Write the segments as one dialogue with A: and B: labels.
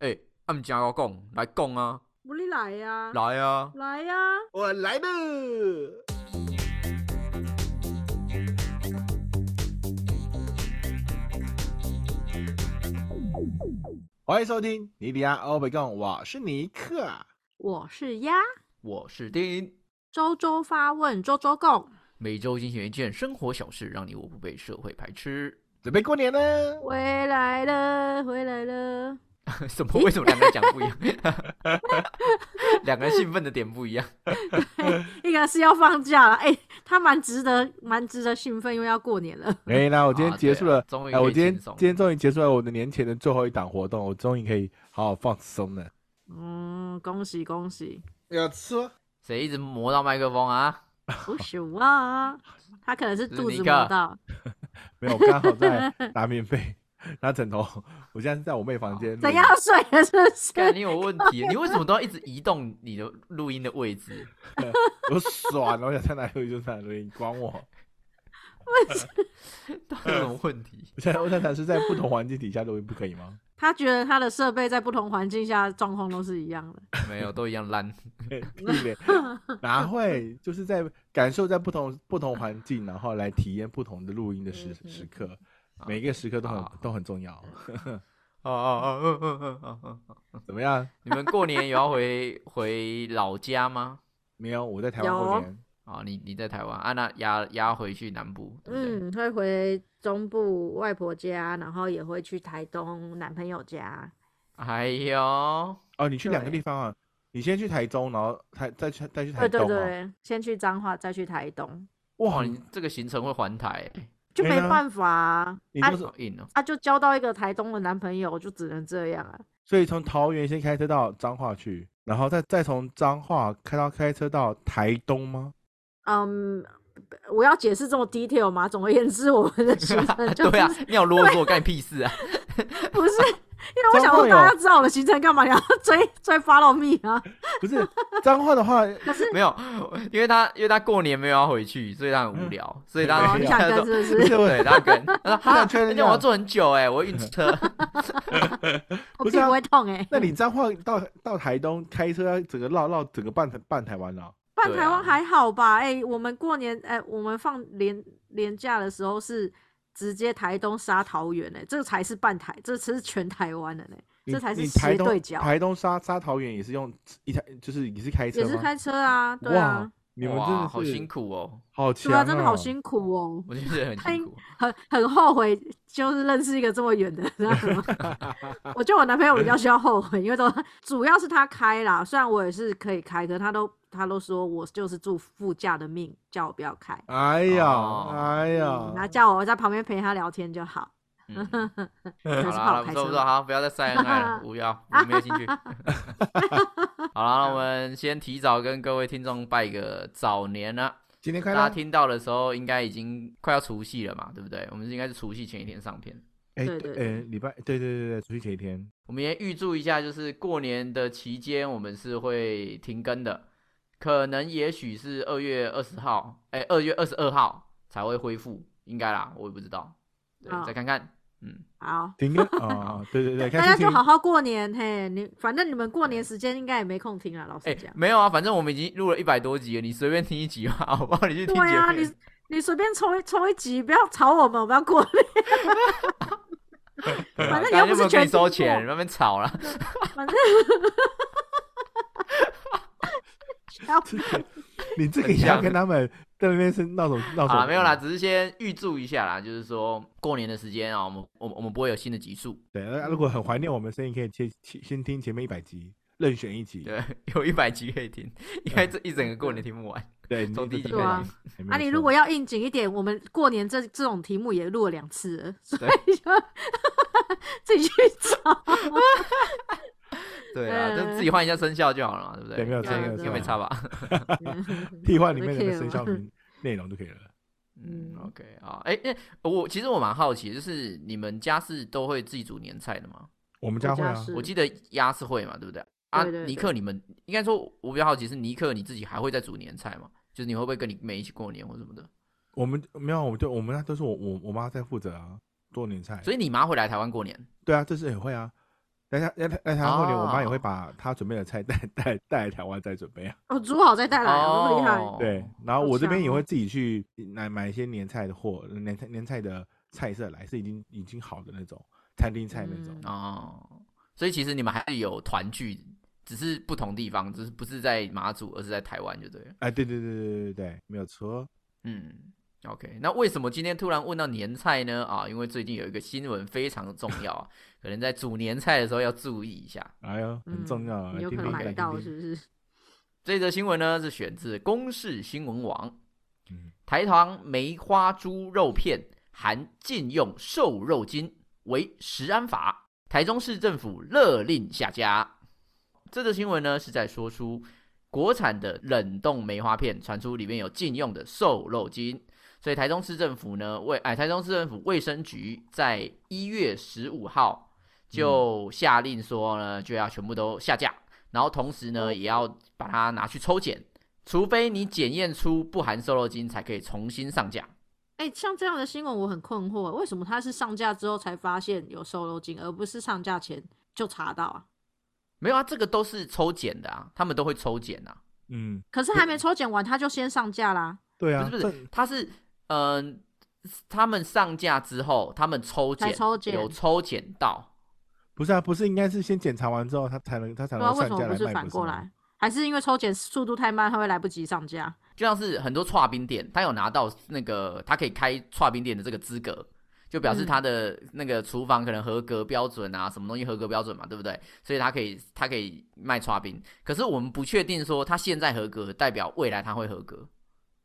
A: 按哎家要讲来讲啊，
B: 无你来呀、啊，
A: 来啊！
B: 来呀、
C: 我来了。欢迎收听尼迪亚欧北贡，我是尼克。啊
B: 我是鸭，
A: 我是丁，
B: 周周发问，周周共。
A: 每周进行一件生活小事，让你我不被社会排斥。
C: 准备过年了，
B: 回来了，回来了。
A: 什么？为什么两个人讲不一样？ 两个人兴奋的点不一样。
B: 一个是要放假了，哎、他蛮值得，蛮值得兴奋，因为要过年了。
C: 哎、那我今天
A: 啊
C: 结束了
A: 对啊，终于
C: 哎，
A: 可
C: 我
A: 以
C: 今天
A: 轻松
C: 今天终于结束了我的年前的最后一档活动，我终于可以好好放松了。
B: 嗯，恭喜恭喜，
C: 要吃？
A: 谁一直磨到麦克风啊？
B: 不是我啊，他可能是
A: 是
B: 肚
A: 尼
B: 子
A: 克
B: 磨到。
C: 没有，我刚好在拿棉 被、拿枕头。我现在是在我妹房间。
B: 怎样？水了是不
A: 干，
B: 是？
A: 你有问题！啊你为什么都要一直移动你的录音的位置？
C: 我爽，我想在哪里录音就在哪里录音，你管我。
A: 到底有什么问题？
C: 我现在我想尝试在不同环境底下录音，不可 以吗？
B: 他觉得他的设备在不同环境下状况都是一样的。
A: 没有，都一样烂。
C: 屁 嘞，哪会？就是在感受在不同不同环境，然后来体验不同的录音的时
B: 嗯嗯
C: 时刻，每一个时刻都很都很重要。
A: 啊
C: 哦
A: 啊啊啊啊啊啊！
C: 怎么样？
A: 你们过年有要回回老家吗？
C: 没有，我在台湾过
B: 有
C: 年，
A: 啊，你你在台湾啊？那压压回去南部，对不对？
B: 嗯，会回中部外婆家，然后也会去台东男朋友家。
A: 哎呦，
C: 哦，你去两个
B: 对
C: 地方啊？你先去台中，然后台再去再去台
B: 对对
C: 东啊？
B: 对，嗯先去彰化，再去台东，
C: 哇，
A: 哇，你
C: 你
A: 这个行程会还台、欸
B: 就
C: 哎
B: 没
C: 那
B: 办法啊。
C: 你
B: 啊
C: 都是
A: 好硬哦、
B: 啊，就交到一个台东的男朋友，就只能这样啊。
C: 所以从桃园先开车到彰化去，然后再再从彰化开到开车到台东吗？
B: 嗯，我要解释这么 detail 吗？总而言之，我们的行程就
A: 对啊
B: 是，
A: 你好啰嗦，干你屁事啊！
B: 不是，因为我想
C: 彰化
B: 说
C: 有
B: 大家知道我的行程干嘛，你要追追 follow me 啊？
C: 不是彰化 的话，
A: 没有，因为他因为他过年没有要回去，所以他很
C: 嗯
A: 无聊，所以他
B: 哦，你想
A: 他
B: 跟
A: 说
B: 是不是？
C: 不是啊我
A: 对，他跟他 说啊，
C: 确认一
A: 那
C: 下
A: 我要坐很久哎、我要 晕车，
B: 我
C: 不
B: 屁
C: 是啊
B: 不会痛哎、
C: 那你彰化到到台东开车要整个绕绕整个半台半台湾了、哦
B: 办
A: 对
B: 台湾
A: 啊
B: 还好吧？哎、我们过年哎、我们放年年假的时候是直接台东杀桃园哎、这才是半台，这才是全台湾的呢、
C: 你
B: 这才是
C: 你台
B: 斜
C: 东
B: 对角，
C: 台东沙沙桃园也是用一台，就是也是开车
B: 也
C: 吗？
B: 是开车啊，对啊
C: 哇，你们真
A: 哇，
C: 的
A: 好辛
C: 苦，
A: 苦哦，
C: 好
B: 对
C: 强、
B: 啊，真的好辛苦哦，
A: 我觉得很辛苦。
B: 很很后悔，就是认识一个这么远的，知道吗？我觉得我男朋友比较需要后悔，因为都主要是他开啦，虽然我也是可以开，可是他都他都说我就是住副驾的命，叫我不要开。
C: 哎呀，
A: 哦
C: 哎呀
B: 嗯，然后叫我在旁边陪他聊天就好。
A: 嗯，
B: 可是
A: 好
B: 好
A: 了，不
B: 开
A: 错
B: 车
A: 不错，
B: 吗，
A: 好，不要 再晒恩爱了，不要，我没有兴趣。 好了，那我们先提早跟各位听众拜个早年了。
C: 今天快
A: 大家
C: 乐，
A: 听到的时候，应该已经快要除夕了嘛，对不对？我们应该是除夕前一天上片。
C: 哎，
B: 对对对
C: 哎，礼拜，对对对对，出去前一天，
A: 我们也预祝一下，就是过年的期间，我们是会停更的，可能也许是二月二十号，哎、二月二十二号才会恢复，应该啦，我也不知道，对，
B: 哦
A: 再看看，嗯，
B: 好，
C: 停更啊，对对 对，
B: 大
C: 看
B: 家
C: 心
B: 就
C: 情
B: 好好过年嘿。你反正你们过年时间应该也没空听了，老
A: 哎、
B: 实讲。
A: 没有啊，反正我们已经录了一百多集了，你随便听一集吧， 我帮你去听
B: 对啊，
A: 前
B: 你
A: 面。
B: 你随便抽一抽一集，不要吵我们，我们要过年。 反正你又
A: 啊大家有
B: 不
A: 没
B: 是
A: 有给
B: 全
A: 你收
B: 听过
A: 钱，你慢慢吵 了。
B: 反正要
C: 你这个
A: 很
C: 也要
A: 像
C: 跟他 们在那边是闹什么闹什
A: 好
C: 么？
A: 啦，啊没有
B: 嗯
A: 啦，，只是先预祝一下啦，就是说过年的时间啊，我们我们我们不会有新的集 数，
C: 对，那如果很怀念我们声音，可以先先先听前面一百集，任选一集。
A: 对， 有一百集可以听，因为这一整个过年听不完。
C: 对，你
A: 从
C: 这
A: 第一集
C: 个
B: 开始
C: 道理哎没
B: 啊，你
C: 错
B: 如果要应景一点，我们过年这这种题目也录了两次了，所
A: 对
B: 以就自己去找。
A: 对啊，
B: 嗯
A: 就自己换一下生肖就好了嘛，对不对？
C: 对没有
A: 这
B: 错没有
A: 个
B: 错
A: 应该没差吧？
C: 替换里面
B: 我
C: 的
B: 的 cue
C: 生肖 名内容就可以了。
A: 嗯
B: 嗯
A: ，OK 啊，哎、哎、我其实我蛮好奇的，就是你们家是都会自己煮年菜的吗？
C: 我们家会啊，
B: 是
A: 我记得鸭是会嘛，对不对？啊，
B: 嗯对对对
A: 尼克，你们应该说，我比较好奇是尼克你自己还会再煮年菜吗？就是你会不会跟你妹一起过年或什么的？
C: 我们没有，我们就我们那都是我我我妈在负责啊，做年菜。
A: 所以你妈会来台湾过年？
C: 对啊，这次也会啊。那他那他那他后年，我妈也会
A: 哦
C: 把她准备的菜带带带来台湾再准备啊。
B: 哦，煮好再带来，哦，厉害。
A: 哦
C: 对，然后
B: 好
C: 我这边也
B: 强哦
C: 会自己去买买一些年菜的货，年菜年菜的菜色来，是已经已经好的那种餐厅菜那种。
B: 嗯
A: 哦，所以其实你们还是有团聚，只是不同地方，只是不是在马祖，而是在台湾就对了。
C: 哎，对对对对对对，没有错。
A: 嗯，OK，那为什么今天突然问到年菜呢？啊，因为最近有一个新闻非常重要啊，可能在煮年菜的时候要注意一下。
C: 哎呦，很重要啊，
B: 嗯你有
C: 叮
B: 可能
C: 叮
B: 买得
C: 来叮
B: 到，
C: 叮
B: 是不是？
A: 这则新闻呢是选自公视新闻网，
C: 嗯
A: 台糖梅花猪肉片含禁用瘦肉精，为食安法，台中市政府勒令下架。这则新闻呢是在说出国产的冷冻梅花片传出里面有禁用的瘦肉精，所以台中市政府呢卫哎台中市政府卫生局在一月十五号就下令说呢就要全部都下架，然后同时呢也要把它拿去抽检，除非你检验出不含瘦肉精才可以重新上架。
B: 哎、像这样的新闻我很困惑，为什么它是上架之后才发现有瘦肉精，而不是上架前就查到啊？
A: 没有啊，这个都是抽检的啊，他们都会抽检啊。
C: 嗯，
B: 可是还没抽检完，它就先上架啦。
C: 对啊，
A: 不是不
C: 这
A: 是，他是嗯、他们上架之后，他们抽
B: 才
A: 检，
B: 抽检
A: 有抽检到，
C: 不是啊，不是应该是先检查完之后，他才能他才
B: 对啊，
C: 能
B: 为
C: 上
B: 什么
C: 架
B: 不
C: 来
B: 是
C: 卖，
B: 反
C: 不
B: 过
C: 吗
B: 来？还是因为抽检速度太慢，它会来不及上架？
A: 就像是很多串冰店，他有拿到那个他可以开串冰店的这个资格。就表示
B: 嗯
A: 他的那个厨房可能合格标准啊，什么东西合格标准嘛，对不对？所以他可以他可以卖刨冰，可是我们不确定说他现在合格，代表未来他会合格，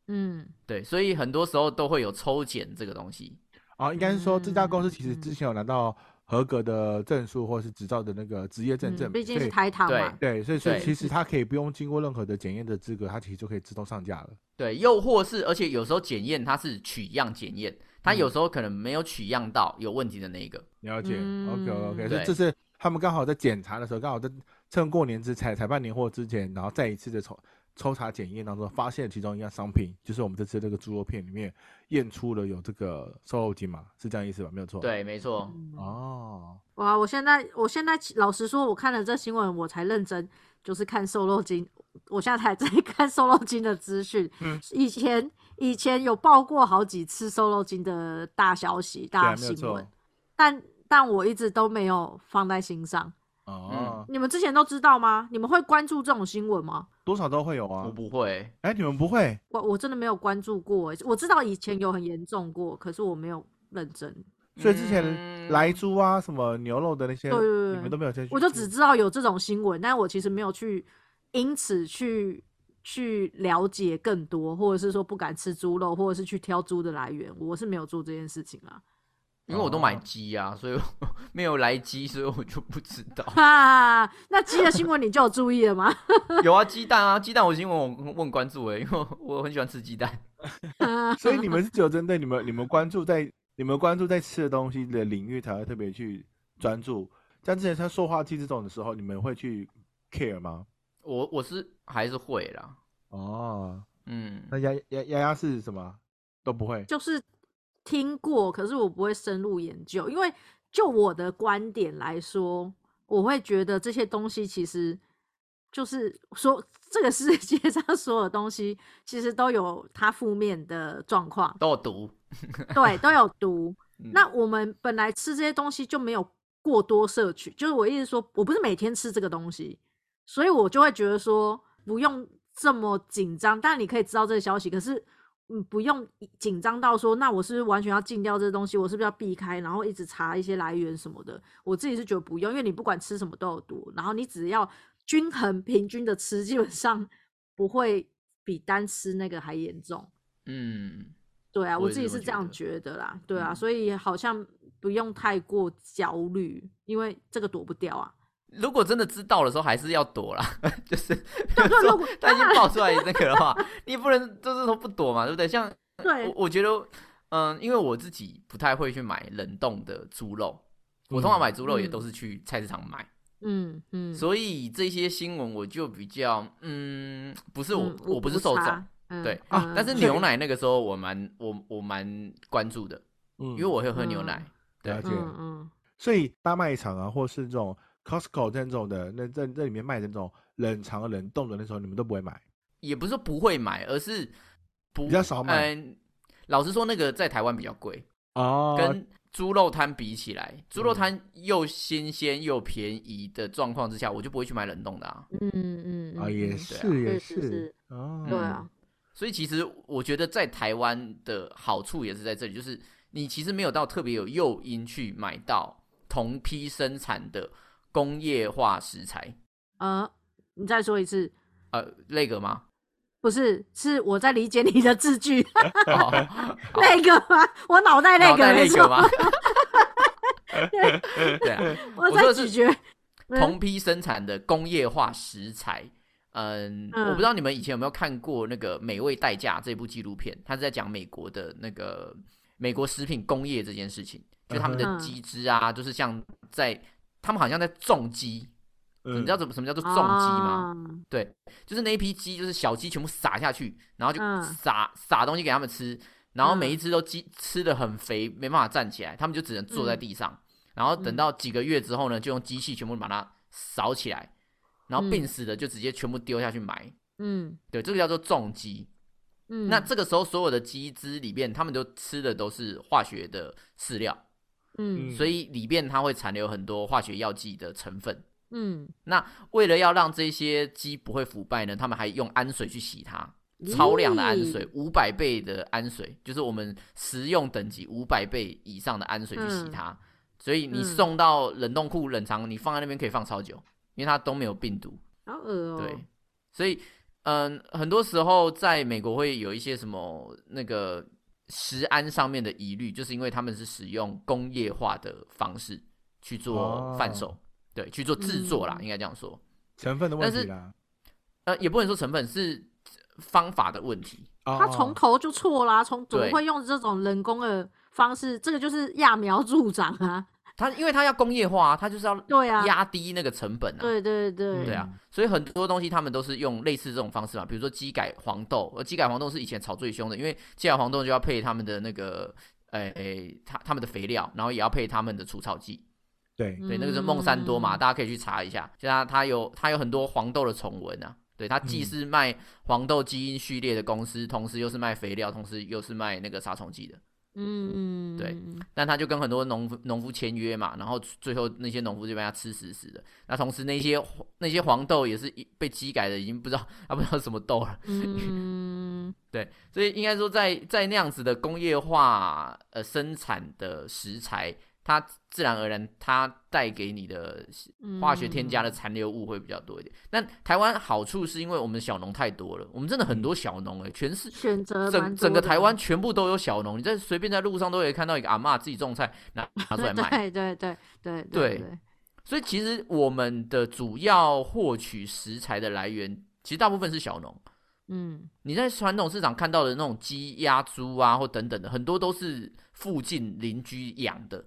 B: 嗯，
A: 对，所以很多时候都会有抽检这个东西。
C: 哦，应该是说这家公司其实
B: 嗯
C: 之前有拿到合格的证书或是执照的那个职业证证
B: 嗯
C: 明，
B: 毕竟
C: 所
B: 是
C: 以
B: 台糖嘛。
C: 对，所以所以
A: 对
C: 其实它可以不用经过任何的检验的资格，它其实就可以自动上架了。
A: 对，又或是，而且有时候检验它是取样检验，它
C: 嗯
A: 有时候可能没有取样到有问题的那一个。
C: 了解、o k
B: 嗯
C: OK，所以
A: 对
C: 这是他们刚好在检查的时候，刚好在趁过年之才才办年货之前，然后再一次的抽抽查检验当中，发现其中一样商品就是我们这次这个猪肉片里面验出了有这个瘦肉精嘛，是这样意思吧？没有错。。
A: 对，没错。
B: 嗯
C: 哦，
B: 哇，我现在我现在其老实说，我看了这新闻，我才认真就是看瘦肉精，我现在还在看瘦肉精的资讯。
C: 嗯
B: 以前以前有报过好几次瘦肉精的大消息、
C: 对
B: 大
C: 啊，没有
B: 新闻
C: 错。。
B: 但但我一直都没有放在心上。
A: 嗯
C: 哦，
B: 你们之前都知道吗？你们会关注这种新闻吗？
C: 多少都会有啊
A: 我。不会，
C: 哎，你们不会？
B: 我我真的没有关注过、欸我知道以前有很严重过，可是我没有认真，
C: 所以之前
A: 嗯
C: 来猪啊、什么牛肉的那些，
B: 对对对
C: 你们都没有先去
B: 我就只知道有这种新闻，但我其实没有去因此去去了解更多，或者是说不敢吃猪肉，或者是去挑猪的来源，我是没有做这件事情啦。。
A: 因为我都买
C: 哦
A: 鸡啊，所以我 没有来鸡，所以我就不知道
B: 哈、那鸡的新闻你就有注意了吗？
A: 有啊，鸡蛋啊，鸡蛋我已经问我问关注了，因为我我很喜欢吃鸡蛋。
C: 所以你们是只有针对你们你们关注在你们关注在吃的东西的领域才会特别去专注。像之前像塑化剂这种的时候，你们会去 care 吗？
A: 我我是还是会啦，
C: 哦，
A: 嗯，
C: 那丫丫丫丫是什么？都不会。
B: 就是听过，可是我不会深入研究，因为就我的观点来说，我会觉得这些东西其实就是说，这个世界上所有东西其实都有它负面的状况，
A: 都有毒。
B: 对，都有
A: 嗯
B: 毒。那我们本来吃这些东西就没有过多摄取，就是我意思说，我不是每天吃这个东西，所以我就会觉得说不用这么紧张。但你可以知道这个消息，可是嗯，不用紧张到说，那我是不是完全要禁掉这个东西？我是不是要避开，然后一直查一些来源什么的？我自己是觉得不用，因为你不管吃什么都有毒，然后你只要均衡平均的吃，基本上不会比单吃那个还严重。
A: 嗯，
B: 对啊，
A: 我
B: 我
A: 也
B: 自
A: 是这
B: 己
A: 么
B: 是
A: 觉
B: 这样
A: 得
B: 觉得啦。对啊，
A: 嗯
B: 所以好像不用太过焦虑，因为这个躲不掉啊。
A: 如果真的知道的时候，还是要躲啦。 就是，
B: 对对如果
A: 他已经爆出来那个的话，你不能就是说不躲嘛，对不对？像
B: 对
A: 我，我觉得，嗯，因为我自己不太会去买冷冻的猪肉，我通常买猪肉也
B: 嗯
A: 都是去菜市场买，
B: 嗯嗯，
A: 所以这些新闻我就比较，嗯，不是我、
B: 嗯
A: 我不是受众，，对
C: 啊
A: 但是
C: 嗯
A: 牛奶那个时候我蛮我我蛮关注的，
C: 嗯
B: 嗯
A: 因为我会喝牛奶，
C: 了
A: 对
C: 解
B: 嗯嗯
C: 所以大卖场啊，或是这种 Costco 这种的，那这这里面卖的那种冷藏冷冻的那种，你们都不会买，
A: 也不是说不会买，而是不
C: 比较少买
A: 嗯、老实说，那个在台湾比较贵，
C: 哦。嗯
A: 跟猪肉摊比起来，猪肉摊又新鲜又便宜的状况之下，我就不会去买冷冻的啊。
B: 嗯嗯嗯
C: 啊，也
B: 嗯
C: 是也
B: 是是是
C: 哦，
B: 对啊，
A: 所以其实我觉得在台湾的好处也是在这里，就是你其实没有到特别有诱因去买到同批生产的工业化食材。
B: 呃，你再说一次，
A: 呃，那个 吗？
B: 不是，是我在理解你的字句，
A: 哦好
B: 那个吗？我脑袋那
A: 脑
B: 个
A: 袋
B: 没
A: 那个
B: 错，
A: 吗？ 对啊，
B: 我
A: 我说
B: 在
A: 的是
B: 咀嚼。嗯
A: 同批生产的工业化食材。嗯，
B: 嗯
A: 我不知道你们以前有没有看过那个《美味代价》这部纪录片，它是在讲美国的那个美国食品工业这件事情，就他们
B: 嗯
A: 的
B: 哼
A: 鸡汁啊，就是像在他们好像在种鸡，你
C: 嗯
A: 知道怎么什么叫做种鸡吗？
B: 啊，
A: 就是那一批鸡，就是小鸡全部撒下去，然后就
B: 嗯
A: 撒撒东西给他们吃，然后
B: 嗯
A: 每一只都鸡吃的很肥，没办法站起来，他们就只能坐在
B: 嗯
A: 地上。然后等到几个月之后呢，就用机器全部把它扫起来，然后病死的就直接全部丢下去埋。
B: 嗯
A: 对，这个叫做种鸡。
B: 嗯，
A: 那这个时候所有的鸡汁里面，他们都吃的都是化学的饲料，
B: 嗯
A: 所以里面它会残留很多化学药剂的成分。
B: 嗯，
A: 为了要让这些鸡不会腐败呢，他们还用氨水去洗它，
B: 嗯咦
A: 超量的氨水，五百倍的氨水，就是我们食用等级五百倍以上的氨水去洗它。所以你
B: 嗯
A: 送到冷冻库冷藏，你放在那边可以放超久，因为它都没有病毒。
B: 好恶哦、
A: 对，所以嗯，很多时候在美国会有一些什么那个食安上面的疑虑，就是因为他们是使用工业化的方式去做贩售，对，去做制作啦，
B: 哦嗯
A: 应该这样说。
C: 成分的问
A: 但是
C: 题啦。
A: 呃，也不能说成本是方法的问题，
C: 他
B: 他从头就错啦，从怎么
A: 哦对
B: 会用这种人工的方式？这个就是揠苗助长啊，
A: 它因为它要工业化、啊，它就是要
B: 对啊，
A: 压低那个成本啊。
B: 对对对，
A: 对啊，所以很多东西他们都是用类似这种方式嘛，比如说鸡改黄豆，呃，鸡改黄豆是以前炒最凶的，因为鸡改黄豆就要配他们的那个，诶、诶，他他们的肥料，然后也要配他们的除草剂，
C: 对，
A: 对，那个是孟山多嘛，
B: 嗯
A: 大家可以去查一下，就它它有它有很多黄豆的宠文啊，对，它既
C: 嗯
A: 是卖黄豆基因序列的公司，同时又是卖肥料，同时又是卖那个杀虫剂的。
B: 嗯，嗯
A: 对，但他就跟很多农夫农夫签约嘛，然后最后那些农夫就被他吃死死的。那同时那些那些黄豆也是一被机改的，已经不知道他不知道什么豆了。
B: 嗯，
A: 对，所以应该说在在那样子的工业化呃生产的食材，它自然而然它带给你的呃
B: 嗯
A: 化学添加的，残留物会比较多一点。但台湾好处是因为我们小农太多了，我们真的很多小农诶、哎全是
B: 选择呃蛮
A: 整整个
B: 多的
A: 台湾全部都有小农，你在随便在路上都可以看到一个阿嬷自己种菜拿拿出来卖。
B: 对对对对
A: 对
B: 对，
A: 所以其实我们的主要获取食材的来源，其实大部分是小农。
B: 嗯
A: 你在传统市场看到的那种鸡、鸭、猪啊，或等等的，很多都是附近邻居养的。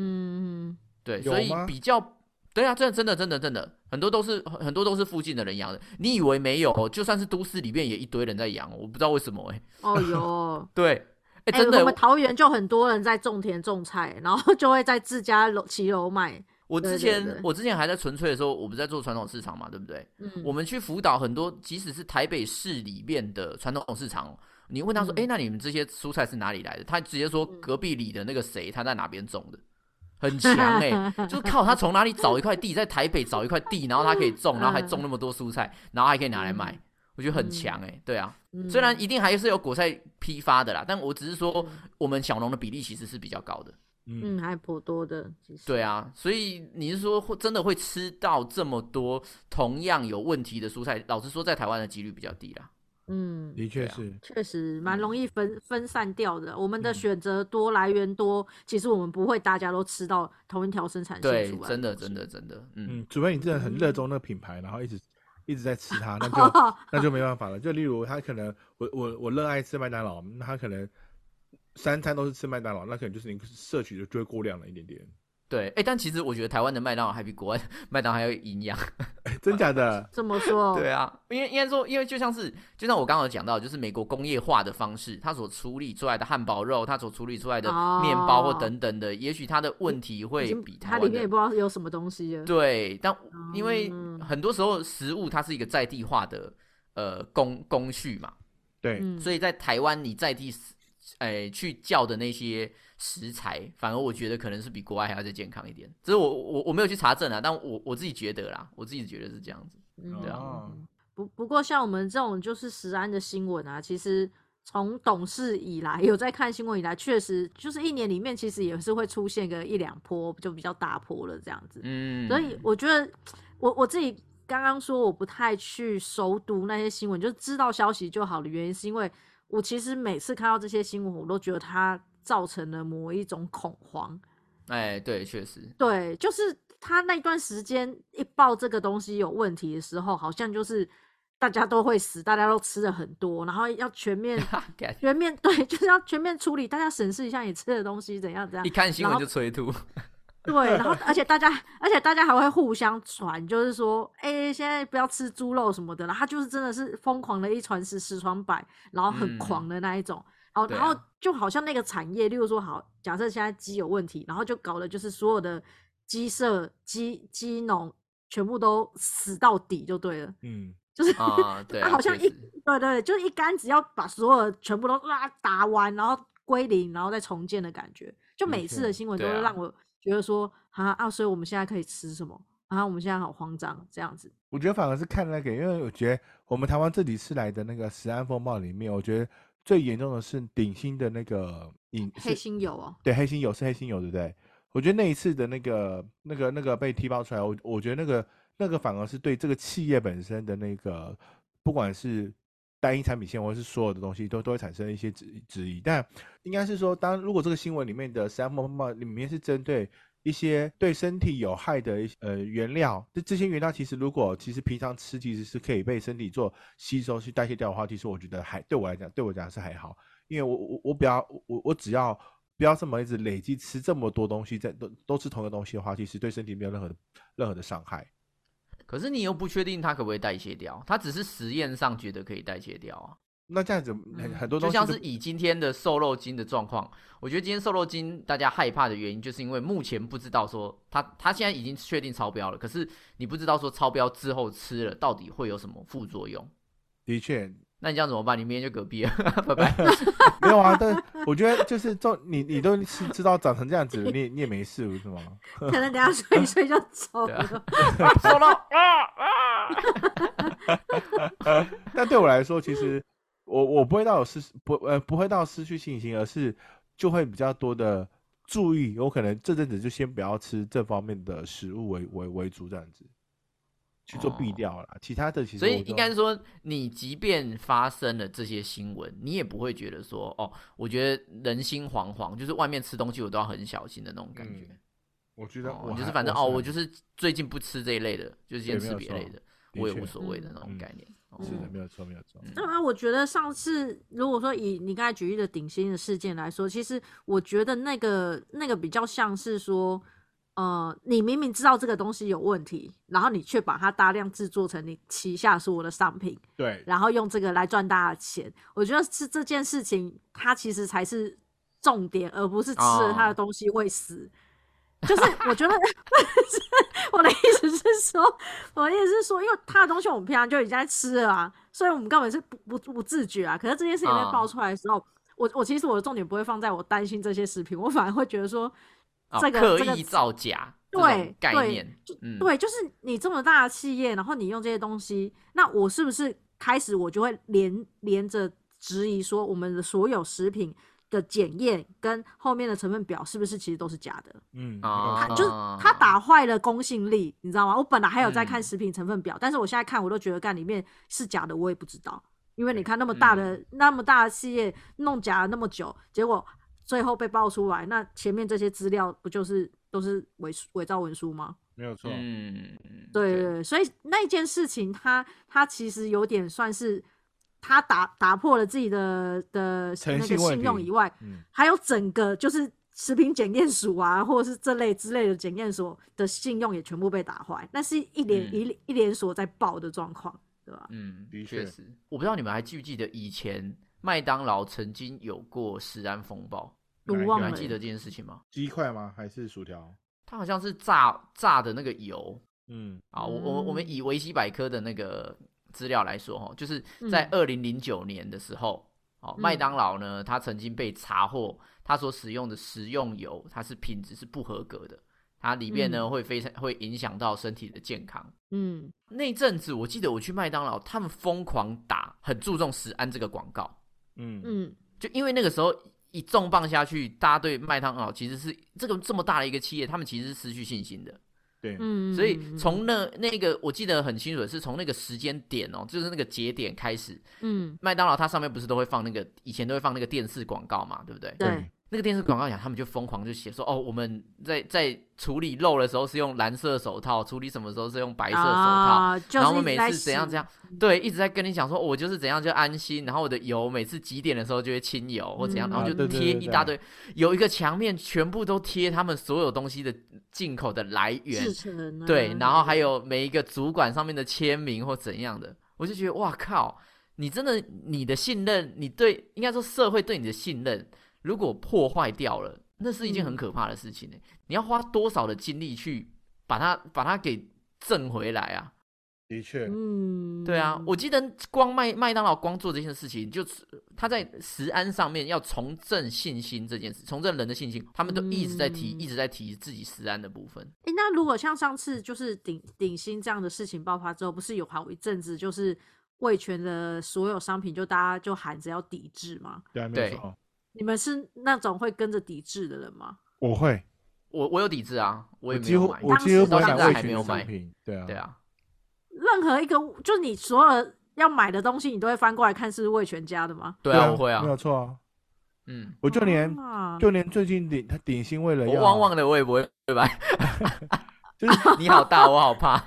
B: 嗯
A: 对，
C: 有
A: 所以
C: 吗
A: 比较对啊，真的真的真的真的，很多都是很多都是附近的人养的。你以为没有哦？就算是都市里面也一堆人在养哦，我不知道为什么哎、。
B: 哦哟
A: 对， 哎、
B: 哎、
A: 真的，
B: 我
A: 我
B: 们桃园就很多人在种田种菜，然后就会在自家楼骑楼卖。
A: 我之
B: 对对
A: 前
B: 对
A: 我之前还在纯粹的时候，我不是在做传统市场嘛，对不对？
B: 嗯，
A: 我们去辅导很多，即使是台北市里面的传统市场哦，你问他说：“
B: 嗯
A: 哎、那你们这些蔬菜是哪里来的？”他直接说：“隔壁里的那个谁，他在哪边种的， 很强哎、就是靠他从哪里找一块地，在台北找一块地，然后他可以种，
B: 嗯
A: 然后还种那么多蔬菜，然后还可以拿来卖
B: 嗯，
A: 我觉得很强哎、对啊，
B: 嗯
A: 虽然一定还是有果菜批发的啦，但我只是说
B: 嗯
A: 我们小农的比例其实是比较高的。
C: 嗯，
B: 嗯还颇多的，其实
A: 对啊，所以你是说会真的会吃到这么多同样有问题的蔬菜？老实说，在台湾的几率比较低啦。
B: 嗯，
C: 的确
A: 对啊
C: 是，
B: 确实蛮
A: 嗯
B: 容易分、分散掉的。我们的
C: 嗯
B: 选择多，来源多，其实我们不会大家都吃到同一条生产线
A: 对
B: 出，来。
A: 真的，真的，真的，嗯，
C: 嗯，除非你真的很热衷那个品牌，然后一直一直在吃它，那就
B: 哦，
C: 那就没办法了。就例如他可能我我我热爱吃麦当劳，那他可能三餐都是吃麦当劳，那可能就是你摄取的就会过量了一点点。
A: 对。哎、但其实我觉得台湾的麦当劳还比国外麦当劳还要有营养。
C: 真假的？
B: 这么说，
A: 对啊，因为应该说，因为就像是就像我刚刚有讲到，就是美国工业化的方式，它所处理出来的汉堡肉，它所处理出来的面包或
B: 哦
A: 等等的，也许它的问题
B: 已
A: 会
B: 经
A: 比台
B: 它里
A: 湾
B: 面也
A: 的
B: 不知道有什么东西了。
A: 对，但因为
B: 嗯
A: 很多时候食物它是一个在地化的呃工工序嘛，
C: 对，
B: 嗯，
A: 所以在台湾你在地食，哎、去叫的那些食材，反而我觉得可能是比国外还要再健康一点。只是我我我没有去查证啊，但我我自己觉得啦，我自己觉得是这样子。
B: 嗯
A: 对啊
C: 哦
B: 不不过像我们这种就是食安的新闻啊，其实从懂事以来，有在看新闻以来，确实就是一年里面其实也是会出现个一两波，就比较大波了这样子。
A: 嗯，
B: 所以我觉得我我自己刚刚说我不太去熟读那些新闻，就知道消息就好的原因，是因为我其实每次看到这些新闻，我都觉得它造成了某一种恐慌。
A: 哎、对，确实，
B: 对，就是他那段时间一报这个东西有问题的时候，好像就是大家都会死，大家都吃的很多，然后要全面
A: 感觉
B: 全面对，就是要全面处理，大家审视一下你吃的东西怎样怎样
A: 一。看新
B: 然
A: 闻
B: 后
A: 就催 吐。
B: 对，然后而且大家，而且大家还会互相传，就是说，哎、现在不要吃猪肉什么的。然后他就是真的是疯狂的一传十，十传百，然后很
A: 嗯
B: 狂的那一种。好，
A: 对
B: 然后
A: 啊
B: 就好像那个产业，例如说，好，假设现在鸡有问题，然后就搞的就是所有的鸡舍、鸡鸡农全部都死到底就对了，
C: 嗯，
B: 就是、
A: 啊，对啊，
B: 好像
A: 确
B: 一
A: 实
B: 对对，就是一竿子要把所有的全部都拉打完，然后归零，然后再重建的感觉。就
C: 的
B: 每次的
C: 确
B: 新闻都
A: 对
B: 会
A: 啊
B: 让我觉得说，啊啊，所以我们现在可以吃什么？啊，我们现在好慌张，这样子。
C: 我觉得反而是看那个，因为我觉得我们台湾这几次来的那个食安风暴里面，我觉得最严重的是鼎新的那个饮
B: 黑
C: 是
B: 心油哦，
C: 对，黑心油是黑心油，对不对？我觉得那一次的那个、那个、那个被踢爆出来，我我觉得那个、那个反而是对这个企业本身的那个，不管是单一产品线或者是所有的东西，都都会产生一些质质疑。但应该是说，当如果这个新闻里面的三风暴里面是针对一些对身体有害的一些呃原料，这这些原料其实如果其实平常吃，其实是可以被身体做吸收去代谢掉的话，其实我觉得还对我来讲，对我来讲是还好。因为我我我不要我我只要不要这么一直累积吃这么多东西，在都都吃同一个东西的话，其实对身体没有任何的任何的伤害。
A: 可是你又不确定它可不可以代谢掉，它只是实验上觉得可以代谢掉啊。
C: 那这样子很很多东
A: 嗯就
C: 西
A: 像
C: 都
A: 是以今天的瘦肉精的状况，我觉得今天瘦肉精大家害怕的原因，就是因为目前不知道说它它现在已经确定超标了，可是你不知道说超标之后吃了到底会有什么副作用。
C: 的确
A: 那你这样怎么办？你明天就嗝屁了，拜拜。
C: 没有啊，但我觉得就是这你你都吃知道长成这样子，你也你也没事，不是吗？
B: 可能等下睡 一睡就走
A: 对啊
B: 了。
A: 瘦 肉啊啊！
C: 但对我来说，其实我我不会到有失不呃不会到失去信心，而是就会比较多的注意，我可能这阵子就先不要吃这方面的食物为为为主这样子去做避
A: 哦
C: 掉啦。其他的其实
A: 所以
C: 我
A: 应
C: 就
A: 该是说，你即便发生了这些新闻，你也不会觉得说，哦，我觉得人心惶惶，就是外面吃东西我都要很小心的那种感觉。
C: 嗯我觉得
A: 哦
C: 我，
A: 就是
C: 还
A: 反正哦，我就是是最近不吃这一类的，就是先
C: 对没
A: 吃
C: 有
A: 别
C: 错
A: 类的，
C: 的
A: 我也
C: 确
A: 无所谓的
B: 嗯
A: 那种
C: 嗯
A: 概念。哦
C: 很是的，
B: 嗯
C: 没有错，没有错。
A: 嗯
B: 当然，啊我觉得上次如果说以你刚才举例的顶薪的事件来说，其实我觉得那个那个比较像是说，呃，你明明知道这个东西有问题，然后你却把它大量制作成你旗下所有的商品，
C: 对，
B: 然后用这个来赚大家的钱。我觉得是这件事情，它其实才是重点，而不是吃了他的
A: 哦
B: 东西会死。就是我觉得， 我的意思是说，我的意思是说，因为他的东西我们平常就已经在吃了啊，所以我们根本是不不不自觉啊。可是这件事情被
A: 哦
B: 爆出来的时候，我我其实我的重点不会放在我担心这些食品，我反而会觉得说，
A: 啊
B: 这个
A: 刻
B: 这个
A: 意造假这种
B: 对
A: 概
B: 对
A: 念，嗯，
B: 对，就是你这么大的企业，然后你用这些东西，那我是不是开始我就会连连着质疑说我们的所有食品的检验跟后面的成分表是不是其实都是假的？
C: 嗯，
A: 啊嗯
B: 它就是它打坏了公信力，你知道吗？我本来还有在看食品成分表，但是我现在看我都觉得干里面是假的，我也不知道，因为你看那么大的、
A: 嗯
B: 那么大的企业弄假了那么久，结果最后被爆出来，那前面这些资料不就是都是伪伪造文书吗？
C: 没有错。
A: 嗯，
B: 对对，对，所以那件事情它，它其实有点算是他打打破了自己的的
C: 诚
B: 那个
C: 信问
B: 信用
C: 题
B: 以外，
C: 嗯
B: 还有整个就是食品检验署啊，或者是这类之类的检验所的信用也全部被打坏，那是一连、
A: 嗯
B: 一一连锁在爆的状况，对吧？
A: 嗯，
C: 的
A: 确
C: 确
A: 实，我不知道你们还记不记得以前麦当劳曾经有过食安风暴，
B: 我
C: 哪一
A: 你
B: 忘
A: 们还
B: 了
A: 记
B: 耶，
A: 得这件事情吗？
C: 鸡块吗？还是薯条？
A: 它好像是炸炸的那个油
C: 嗯，
A: 啊，我我我们
B: 嗯
A: 以维基百科的那个资料来说哈，就是在二零零九年的时候，哦，
B: 嗯
A: 麦当劳呢，它曾经被查获，它所使用的食用油，它是品质是不合格的，它里面呢会非常会影响到身体的健康。
B: 嗯，
A: 那阵子我记得我去麦当劳，他们疯狂打很注重食安这个广告，
C: 嗯
B: 嗯
A: 就因为那个时候一重磅下去，大家对麦当劳其实是这个这么大的一个企业，他们其实是失去信心的。
C: 对，
B: 嗯，
A: 所以
B: 嗯
A: 从那那个我记得很清楚，是从那个时间点哦，就是那个节点开始，
B: 嗯
A: 麦当劳它上面不是都会放那个以前都会放那个电视广告嘛，对不对？
B: 对，
A: 那个电视广告讲，他们就疯狂就写说，哦，我们在在处理肉的时候是用蓝色手套，处理什么时候是用白色手套，
B: 啊，就
A: 然后
B: 是
A: 我
B: 一
A: 们
B: 直
A: 每
B: 在
A: 次怎样
B: 洗
A: 怎样，对，一直在跟你讲说，哦我就是怎样就安心，然后我的油每次几点的时候就会清油或怎样，
B: 嗯
A: 然后
C: 啊
A: 就
C: 对对
A: 贴
C: 对
A: 一
C: 对
A: 大堆，有一个墙面全部都贴他们所有东西的进口的来源，
B: 制成啊，
A: 对，然后还有每一个主管上面的签名或怎样的，我就觉得哇靠，你真的你的信任，你对应该说社会对你的信任，如果破坏掉了，那是一件很
B: 嗯
A: 可怕的事情、欸你要花多少的精力去把它把它给挣回来啊？
C: 的确，
B: 嗯，
A: 对啊，我记得光麦麦当劳光做这件事情，就是他在食安上面要重振信心这件事，重振人的信心，他们都一直在提，
B: 嗯
A: 一直在提自己食安的部分。
B: 诶，那如果像上次就是顶顶薪这样的事情爆发之后，不是有好一阵子就是味全的所有商品就大家就喊着要抵制吗？
C: 对啊，
A: 对
C: 没错，
B: 你们是那种会跟着抵制的人吗？
C: 我会，
A: 我我有抵制啊，我也没
C: 几
A: 有
C: 乎
A: 买。
C: 我几乎不会
A: 当时
C: 买
A: 到现在
C: 味
A: 还没
C: 全
A: 有
C: 的
A: 买
C: 商品，对啊，
A: 对，啊，
B: 任何一个就是你所有要买的东西，你都会翻过来看是味全家的吗？
A: 对啊，我会啊
C: 没，有错啊，
A: 嗯，
C: 我就连
B: 啊
C: 就连最近顶他顶薪为了
A: 我
C: 要
A: 旺旺的我也不会买。
C: 啊就是
A: 你好大，我好怕。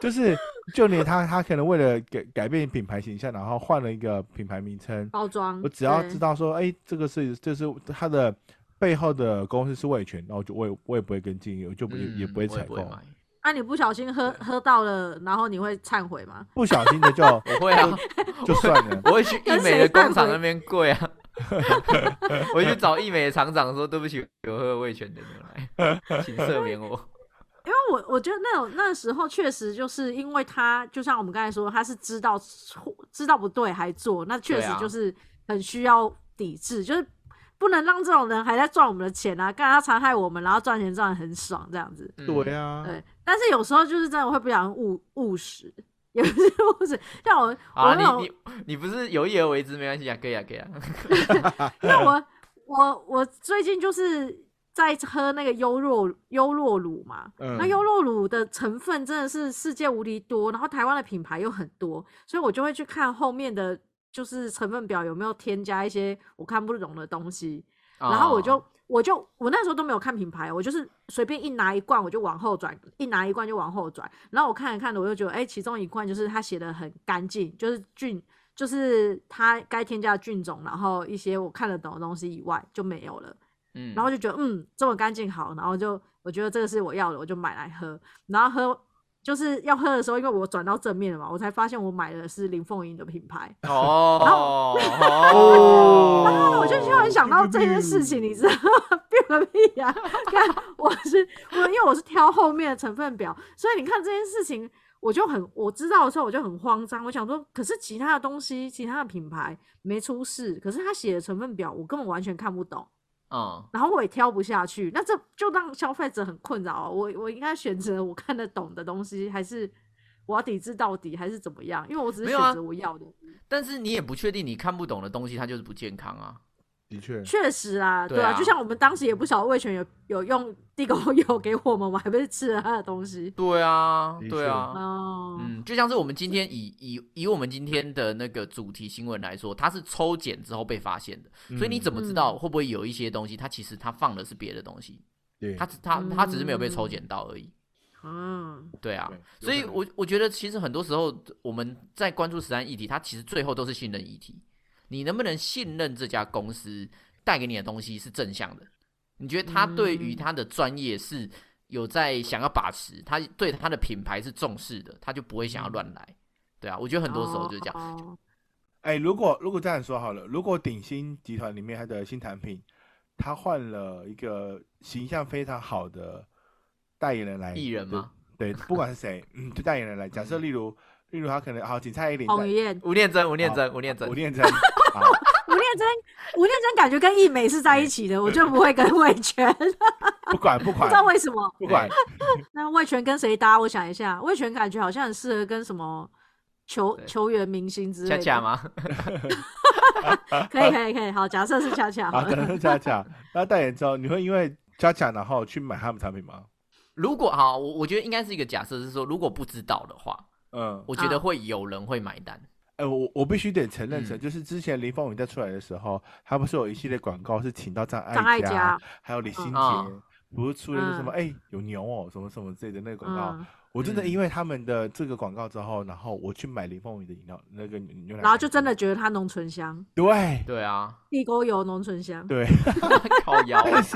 C: 就是就连他他可能为了改改变品牌形象，然后换了一个品牌名称，
B: 包装，
C: 我只要
B: 嗯对
C: 知道说，哎、这个是这是它的背后的公司是味全，那我就我也我也不会跟进， 我就不、
A: 嗯
C: 也不会
A: 我也
C: 采
A: 不
C: 购
A: 会。买，
B: 啊，你不小心喝喝到了，然后你会忏悔吗？
C: 不小心 的就
A: 我会啊，，
C: 就算了
A: 我会去
B: 跟
A: 易美的
B: 谁
A: 工
B: 忏
A: 厂
B: 悔
A: 那边跪啊， 我会去找易美的厂长说对不起，我喝味全的牛奶，请赦免我。
B: 因为我我觉得那种那时候确实就是因为他，就像我们刚才说，他是知道错、知道不对还做，那确
A: 对
B: 实
A: 啊
B: 就是很需要抵制，就是不能让这种人还在赚我们的钱啊，干他残害我们，然后赚钱赚的很爽这样子。
A: 嗯
C: 对啊，
B: 对，但是有时候就是真的会不小心误误食， 也不是误食，像我
A: 好
B: 我那
A: 啊，
B: 种
A: 你你你不是有意而为之没关系啊，可以啊， 可以啊。
B: 那我我我最近就是在喝那个优若优若乳嘛，
C: 嗯
B: 那优若乳的成分真的是世界无敌多，然后台湾的品牌又很多，所以我就会去看后面的就是成分表有没有添加一些我看不懂的东西，然后我就。
A: 哦
B: 我就我那时候都没有看品牌，哦我就是随便一拿一罐我就往后转，一拿一罐就往后转。然后我看了看了，我就觉得，哎、其中一罐就是它写的很干净，就是菌，就是它该添加的菌种，然后一些我看得懂的东西以外就没有了。
A: 嗯，
B: 然后就觉得嗯这么干净好，然后就我觉得这个是我要的，我就买来喝。然后喝就是要喝的时候，因为我转到正面了嘛，我才发现我买的是林凤营的品牌。
A: 哦
C: 哦
A: 哦，
B: 然啊后我就突然想到这件事情，你知道吗？ 变个屁呀、看，我是我，因为我是挑后面的成分表，所以你看这件事情，我就很我知道的时候我就很慌张，我想说，可是其他的东西，其他的品牌没出事，可是他写的成分表我根本完全看不懂，
A: 嗯，
B: 然后我也挑不下去，那这就让消费者很困扰啊。我我应该选择我看得懂的东西，还是我要抵制到底，还是怎么样？因为我只是
A: 没有啊
B: 选择我要的。
A: 但是你也不确定你看不懂的东西，它就是不健康啊。
C: 的确，
B: 确实啊，
A: 对
B: 对啊，
A: 啊
B: 就像我们当时也不晓得味全有 有用地沟油给我们，我还不是吃了他的东西。
A: 对啊
C: 的，
A: 对
C: 确
A: 啊，
B: 哦，
A: 嗯，就像是我们今天以以以我们今天的那个主题新闻来说，它是抽检之后被发现的，所以你
C: 嗯
A: 怎么知道会不会有一些东西，它其实它放的是别的东西，
C: 对
A: 它只它它只是没有被抽检到而已。
B: 嗯，
A: 对啊，
C: 对
A: 所以
C: 有可能
A: 我我觉得其实很多时候我们在关注实安议题，它其实最后都是信任议题。你能不能信任这家公司？带给你的东西是正向的，你觉得他对
C: 嗯
A: 于他的专业是有在想要把持，他对他的品牌是重视的，他就不会想要乱
C: 嗯
A: 来。对啊，我觉得很多时候就是这样。
C: 哦
B: 样。
C: 哎，如果如果这样说好了，如果鼎新集团里面它的新产品，它换了一个形象非常好的代言人来，
A: 艺人
C: 对
A: 吗？
C: 对，不管是谁，嗯，就代言人来。假设例如，例如他可能好，警察一林
B: 彭于晏，
A: 吴念真，吴念真，
C: 好
A: 吴念真
C: 吴，念真，好
B: 吴念真， 吴念真感觉跟艺美是在一起的，我就不会跟魏 全，不
C: 不管不管
B: 知道为什么。
C: 不 管，
B: 那魏全跟谁搭？我想一下，魏全感觉好像很适合跟什么球
A: 对
B: 球员明星之类
A: 恰
B: 的。
A: 恰？吗？
B: 可以可以可以，好，假设是恰恰嗯好
C: 啊，
B: 了。
C: 可能是佳佳。那代言之后，你会因为佳佳然后去买他们产品吗？
A: 如果好，我我觉得应该是一个假设，是说如果不知道的话，
C: 嗯，
A: 我觉得
B: 啊
A: 会有人会买单。
C: 哎，我我必须得承认成，
A: 嗯
C: 就是之前林凤雨在出来的时候，他不是有一系列广告是请到张
B: 张艾
C: 艾
B: 嘉
C: 嘉，还有李心洁
A: 嗯，
C: 不是出了一个什么
B: 嗯
C: 哎有牛哦什么什么之类的那个广告
B: 嗯，，
C: 我真的
A: 嗯
C: 因为他们的这个广告之后，然后我去买林凤雨的饮料那个牛牛奶，
B: 然后就真的觉得它浓醇香，
C: 对
A: 对啊，
B: 地沟油浓醇香。
C: 对，
A: 靠腰，啊
C: 但是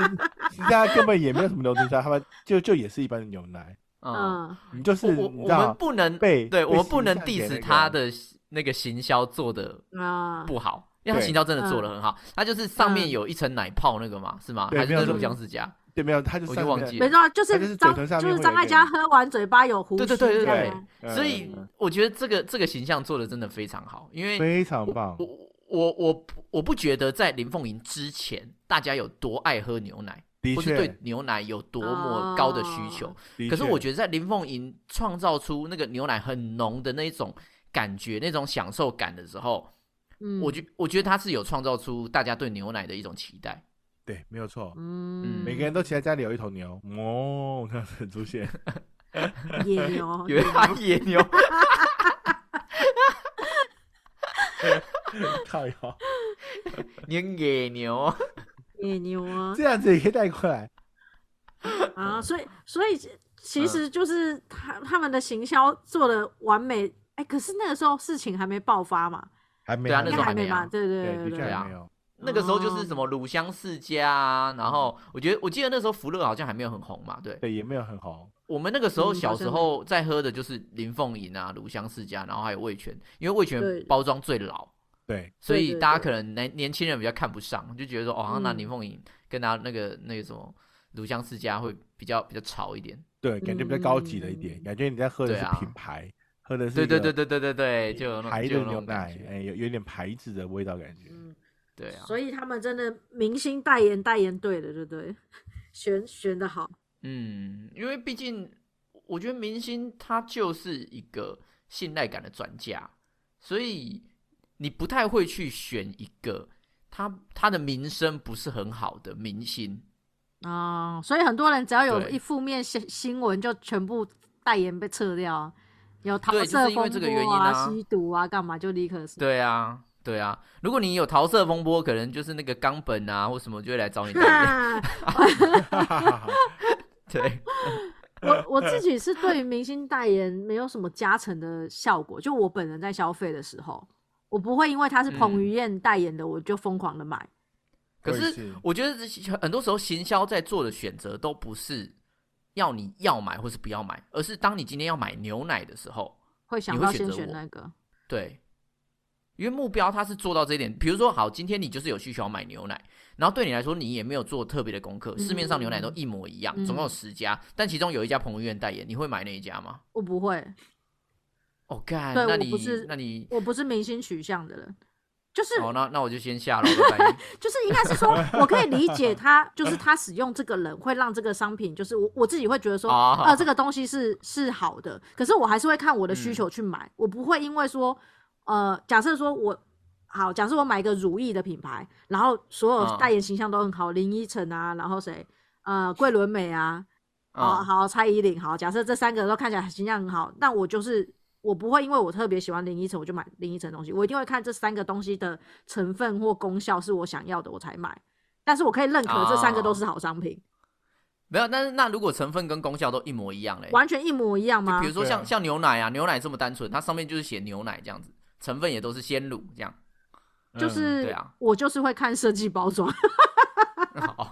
C: 其实它根本也没有什么牛奶，他们就就也是一般的牛奶，
A: 嗯，
B: 嗯，
C: 你就是
A: 我我
C: 你知
A: 我们
C: 道
A: 不能
C: 被
A: 对，
C: 被
A: 我们不
C: 形
A: 能
C: 象给
A: diss
C: 那个
A: 他的那个行销做的
B: 啊，
A: 不好，因为他
C: 对
A: 行销真的做的很好，他就是上面有一层奶泡那个嘛，是吗？
C: 对
A: 还是
C: 没有
A: 那
C: 错
A: 乳香世家？
C: 对没有，他就
A: 我就
C: 上
A: 忘
C: 面
A: 记
B: 没错，就
C: 它就是
B: 是
C: 嘴
B: 张
C: 唇上
B: 就是
C: 面会
B: 张
C: 有一
B: 艾嘉
C: 个
B: 喝完嘴巴有胡须
A: 对
B: 这
A: 对对
B: 样，
A: 对
C: 对，嗯嗯
A: 所以我觉得这个这个形象做的真的非常好，因为
C: 非常棒
A: 我，我我不我不觉得在林凤营之前大家有多爱喝牛奶，
C: 的
A: 或是
C: 确
A: 对，牛奶有多么高的需求
B: 哦。
C: 的
A: 可是
C: 确
A: 我觉得在林凤营创造出那个牛奶很浓的那一种感觉、那种享受感的时候，
B: 嗯，
A: 我觉我觉得他是有创造出大家对牛奶的一种期待。
C: 对，没有错。
B: 嗯，
C: 每个人都期待家里有一头牛，哦，这样子 出现，
B: 野哦牛，
A: 有他野牛，
C: 靠腰，
A: 你野 牛，
B: 野牛啊
C: 这样子也可以带过来。
B: 啊，所以所以其实就是他他们的行销做的完美，哎，可是那个时候事情还没爆发嘛，
C: 还没
A: 对啊
C: 还
A: 那
B: 应
C: 没
A: 时
B: 该
A: 候
B: 还
A: 没
B: 没嘛，
A: 啊
B: 对对
C: 对，
B: 对
C: 的确
A: 对啊
C: 还没有。
A: 那个时候
B: 哦
A: 就是什么乳香世家啊，然后我觉得我记得那时候福乐好像还没有很红嘛，对，
C: 对，也没有很红。
A: 我们那个时候
B: 嗯
A: 小
B: 好
A: 时
B: 像
A: 候在喝的就是林凤营啊、乳香世家，然后还有味全，因为味
B: 对
A: 全包装最老，
C: 对，
A: 所
B: 对
A: 以
B: 对
A: 大家
B: 对
A: 可能年年轻人比较看不上，就觉得说哦，好像拿
B: 嗯
A: 林凤营跟拿那个那个什么乳香世家会比较比较潮一点。
C: 对，感觉比较高级了一点，
B: 嗯
C: 感觉你在喝的
A: 对
C: 是
A: 啊
C: 品牌，喝的是
A: 对
C: 一
A: 对
C: 个
A: 对对对对对，就有那
C: 牌
A: 种就
C: 的
A: 有那
C: 牛
A: 种感
C: 奶，
A: 觉。
C: 哎，有有点牌子的味道感觉。
B: 嗯，
A: 对啊，
B: 所以他们真的明星代言代言对的，对不对？ 选选的好，
A: 嗯，因为毕竟我觉得明星他就是一个信赖感的转嫁，所以你不太会去选一个他他的名声不是很好的明星。
B: 哦，所以很多人只要有
A: 对
B: 一负面新新闻，就全部代言被撤掉啊，有桃
A: 对就是
B: 色
A: 因为
B: 风
A: 这个原因
B: 波啊、
A: 啊
B: 吸毒啊、干嘛就立刻是
A: 对啊，对啊，如果你有桃色风波，可能就是那个冈本啊或什么就会来 找你代 言。
B: 啊
C: 哈哈哈哈
A: 对，
B: 我我自己是对于明星代言没有什么加成的效果，就我本人在消费的时候，我不会因为他是彭
A: 嗯
B: 于晏代言的，我就疯狂的买。
A: 可
C: 我也
A: 是我觉得这些很多时候行销在做的选择都不是要你要买或是不要买，而是当你今天要买牛奶的时候，
B: 会想
A: 你会
B: 到
A: 选
B: 先
A: 择
B: 选
A: 我
B: 那个，
A: 对，因为目标它是做到这一点。比如说，好，今天你就是有需求要买牛奶，然后对你来说你也没有做特别的功课，市面上牛奶都一模一样，总共有
B: 嗯
A: 十家，但其中有一家彭于晏代言，你会买那一家吗？
B: 我不会，
A: 哦，干，
B: 对
A: 那
B: 我
A: 你
B: 不是
A: 那你
B: 我不是明星取向的人，就是、
A: 哦，那那我就先 下了，拜拜
B: 就是应该是说，我可以理解他，就是他使用这个人会让这个商品，就是我我自己会觉得说，
A: 哦
B: 呃，这个东西是是好的，可是我还是会看我
A: 嗯
B: 的需求去买，我不会因为说，呃，假设说我好，假设我买一个如意的品牌，然后所有
A: 嗯
B: 代言形象都很好，林依晨啊，然后谁，呃，桂纶镁啊，啊、
A: 啊、
B: 好，蔡依林，好，假设这三个都看起来形象很好，那我就是我不会因为我特别喜欢林依晨，我就买林依晨的东西，我一定会看这三个东西的成分或功效是我想要的，我才买。但是我可以认可这三
A: 哦
B: 个都是好商品，
A: 没有，但是那如果成分跟功效都一模一样嘞，
B: 完全一模一样吗
A: 比如？说
C: 对啊
A: 像、像牛奶啊，牛奶这么单纯，它上面就是写牛奶这样子，成分也都是鲜乳这样，
B: 就
C: 嗯
B: 是、
A: 对啊
B: 我就是会看设计包装，
A: 好，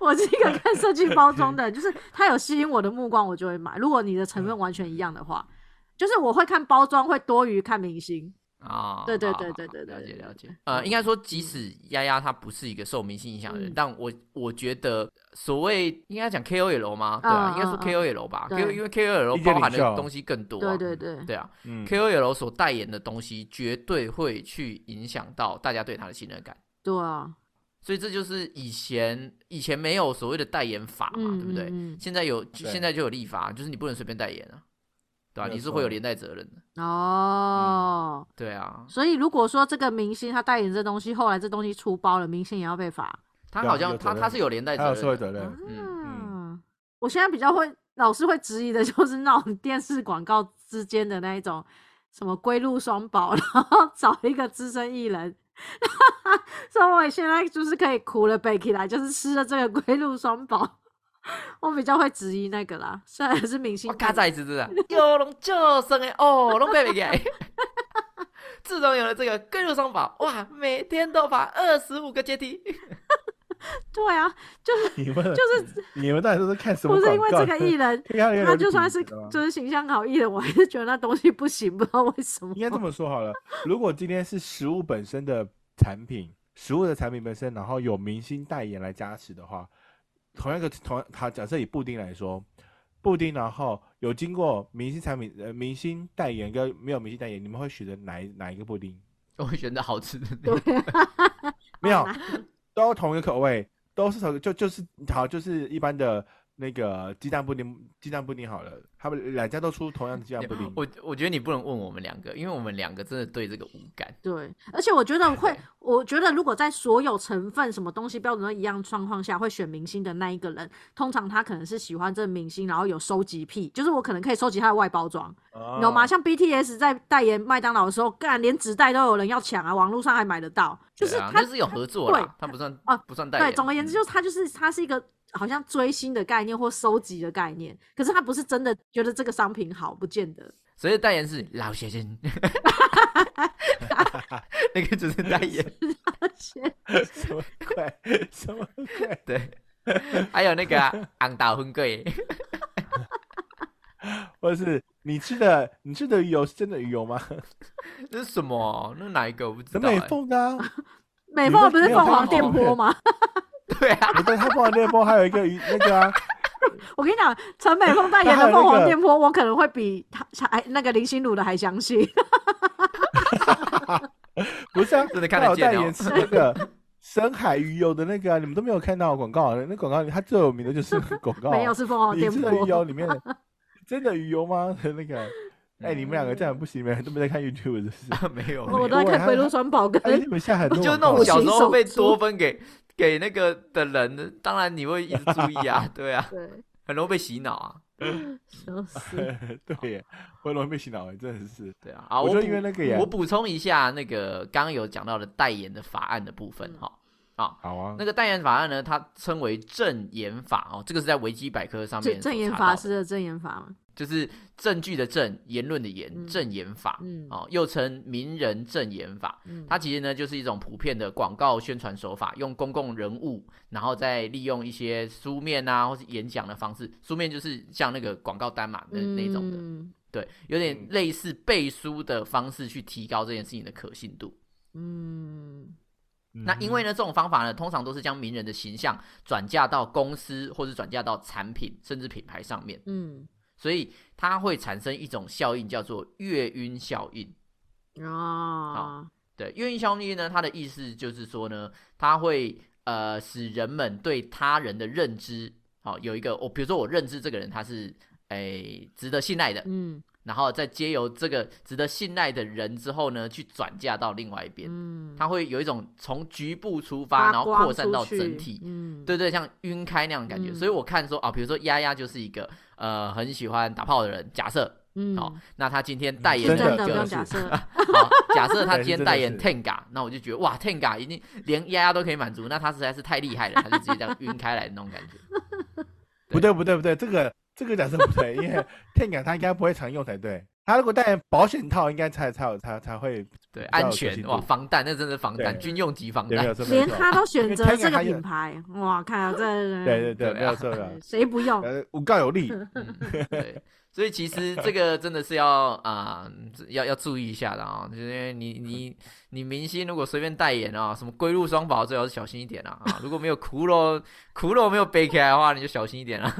B: 我是一个看设计包装的，就是它有吸引我的目光，我就会买。如果你的成分完全一样的话，就是我会看包装，会多于看明星。
A: 啊，
B: 对对
A: 好
B: 对
A: 好
B: 对
A: 好
B: 对对
A: 了解
B: 对
A: 了
B: 对
A: 解。呃，应该说，即使丫丫她不是一个受明星影响的人，
B: 嗯
A: 但我我觉得所谓应该讲 KOL 吗？对
B: 嗯
A: 啊，
B: 嗯
A: 应该说 KOL 吧
B: 对
A: ，K 因为
C: 意
A: KOL
C: 见
A: 包含
C: 领袖
A: 的东西更多啊，
B: 对对对，
A: 对啊
C: 嗯
A: ，KOL 所代言的东西绝对会去影响到大家对他的信任感。
B: 对啊，
A: 所以这就是以前以前没有所谓的代言法嘛，
B: 嗯，
A: 对不对？
B: 嗯
A: 现在有，
C: 对
A: 现在就有立法，就是你不能随便代言啊，对吧、
C: 没有
A: 你是
C: 错
A: 会有连带责任的，
B: 嗯哦，
A: 对啊。
B: 所以如果说这个明星他代言这东西，后来这东西出包了，明星也要被罚。
A: 他
C: 对啊
A: 好
C: 有
A: 像
C: 责
A: 他
C: 任
A: 他是有连带
C: 还有
A: 责
C: 社会
A: 任的，
C: 责任，嗯
B: 啊，我现在比较会，老是会质疑的就是那种电视广告之间的那一种什么归路双保， 然后找一个资深艺人。所以我现在就是可以苦了背起来，就是吃了这个归路双保，我比较会质疑那个啦。虽然是明星
A: 我
B: 代
A: 哦嘎
B: 言，
A: 仔子真 的，有龙就生的哦，龙贝贝给。 自从有了这个龟路双宝，哇，每天都爬二十五个阶梯。
B: 对啊，
C: 你们
B: 就是
C: 你们到底都是看什么？
B: 不是因为这个艺， 人，他
C: 他
B: 就算是
C: 哦
A: 啊
B: 就是形象好艺人，我还是觉得那东西不行，不知道为什么。
C: 应该这么说好了，如果今天是食物本身的产品，食物的产品本身，然后有明星代言来加持的话，同样一个同好，假设以布丁来说，布丁然后有经过明星产品呃明星代言跟没有明星代言，你们会选择哪一哪一个布丁？
A: 我会选择好吃的那个，
B: 对啊，
C: 没有
B: 好，
C: 都同一个口味，都是同就就是好就是一般的那个鸡蛋布丁，鸡蛋布丁好了，他们两家都出同样的鸡蛋布丁。
A: 我我觉得你不能问我们两个，因为我们两个真的对这个无感。
B: 对，而且我觉得会
A: 对，
B: 我觉得如果在所有成分、什么东西标准都一样状况下，会选明星的那一个人，通常他可能是喜欢这个明星，然后有收集癖，就是我可能可以收集他的外包装，
A: 啊
B: 你
C: 哦
B: 懂吗？像 BTS 在代言麦当劳的时候，干连纸袋都有人要抢啊，网络上还买得到，就是
A: 对啊，
B: 他
A: 那是有合作啦，他不算
B: 哦
A: 不算代言。嗯
B: 对，总而言之，就是它就是它是一个好像追星的概念或收集的概念，可是它不是真的觉得这个商品好，不见得。
A: 所以代言是老学生， 那个就是代言。
C: 什么鬼？什么鬼？
A: 对，还有那个啊昂达婚贵，
C: 或者是你吃的你吃的鱼油是真的鱼油吗？
A: 那是什么？那哪一个我不知
C: 是
A: 道、
C: 美
A: 欸。
C: 凤的、啊，
B: 美
C: 你
B: 凤
C: 们
B: 不是
C: 没有
B: 凤
C: 看
B: 凰
A: 过
B: 电
A: 吗
B: 波吗？
A: 对啊，
C: 我对它凤凰电波还有一个鱼那个啊，
B: 我跟你讲，陈美凤代言
C: 还有
B: 的
C: 那
B: 凤凰
C: 个
B: 电波，我可能会比他还那个林心如的还相信。
C: 不是啊，
A: 真的看得
C: 它有
A: 见
C: 代
A: 哦。
C: 言是那个深海鱼油的那个、啊，你们都没有看到广告、啊，那广告里它最有名的就是那个广告啊、
B: 没有是凤凰
C: 你
B: 电
C: 吃的鱼
B: 波，
C: 油里面的真的鱼油吗？ 那个，哎、你们两个这样不行，你们都没在看 YouTube，就是
A: 没有，
B: 我
A: 没
B: 都
A: 有
B: 在
C: 我
B: 看
C: 还
B: 《鬼路双宝》
C: 哎，你
B: 跟。
C: 们下很多
A: 就是
C: 广
A: 那种
C: 告啊
A: 小时候被
B: 新手
A: 多分给给那个的人，当然你会一直注意 啊，对啊，
B: 对，
A: 很容易被洗脑啊，
B: 笑
C: 哎
B: 死。
C: 对耶，我容易被洗脑，真的是。
A: 对啊。啊，
C: 我
A: 我
C: 就
A: 补
C: 因为那个耶
A: 我补充一下那个刚刚有讲到的代言的法案的部分哈。
C: 好啊，
A: 那个代言法案呢，它称为证言法哦，这个是在维基百科上面
B: 证
A: 所
B: 证言
A: 查
B: 法
A: 到的
B: 师的证言法嘛，
A: 就是证据的证，言论的言，
B: 嗯
A: 证言法，
B: 嗯
A: 哦，又称名人证言法。
B: 嗯，
A: 它其实呢，就是一种普遍的广告宣传手法，用公共人物，然后再利用一些书面啊，或是演讲的方式。书面就是像那个广告单嘛，那那种的，
B: 嗯
A: 对，有
C: 嗯
A: 点类似背书的方式去提高这件事情的可信度。
B: 嗯
A: 那因为呢，这种方法呢，通常都是将名人的形象转嫁到公司或是转嫁到产品甚至品牌上面。
B: 嗯，
A: 所以它会产生一种效应，叫做月晕效应。
B: 嗯哦，
A: 对，月晕效应呢，它的意思就是说呢，它会呃使人们对他人的认知，好、有一个我、比如说我认知这个人他是诶值得信赖的，
B: 嗯
A: 然后再借由这个值得信赖的人之后呢，去转嫁到另外一边，
B: 嗯，
A: 它会有一种从局部出发，然后
B: 光
A: 扩散
B: 出
A: 到
B: 去
A: 整体，
B: 嗯，
A: 对对，像晕开那样的感觉。
B: 嗯
A: 所以我看说啊，比如说丫丫就是一个呃很喜欢打炮的人，假设
B: 嗯，
A: 好那他今天代言
C: 真
A: 了一
B: 真的不
A: 个
B: 用
C: 是
B: 假设，
A: 好，假设他今天
C: 对是真的
A: 代言
C: 是
A: Tenga，那我就觉得哇，Tenga 已经连丫丫都可以满足，那他实在是太厉害了，他就直接这样晕开来的那种感觉。
C: 不对不对不对，这个这个假设不对，因为天感它应该不会常用才对。它如果戴保险套，应该才才有才才会
A: 对，
C: 较有
A: 安
C: 可
A: 全
C: 信
A: 哇，
C: 度
A: 防弹那真的是防弹，
C: 对
A: 军用级防
C: 有没有
A: 弹。
C: 错？没有
B: 连
C: 错
B: 他都
C: 因为
B: 选择
C: 天
B: 这个
C: 感它
B: 品
C: 有
B: 牌，哇，看啊，这
C: 对对对，
A: 对
C: 没有
A: 啊
C: 错的。
B: 谁不 用？
C: 呃，我告有利，
A: 嗯，对，所以其实这个真的是要啊、要要注意一下的啊、就是因为你你你明星如果随便代言啊、什么龟鹿双宝最好是小心一点啊， 啊如果没有骷髅骷髅没有背起来的话，你就小心一点啊。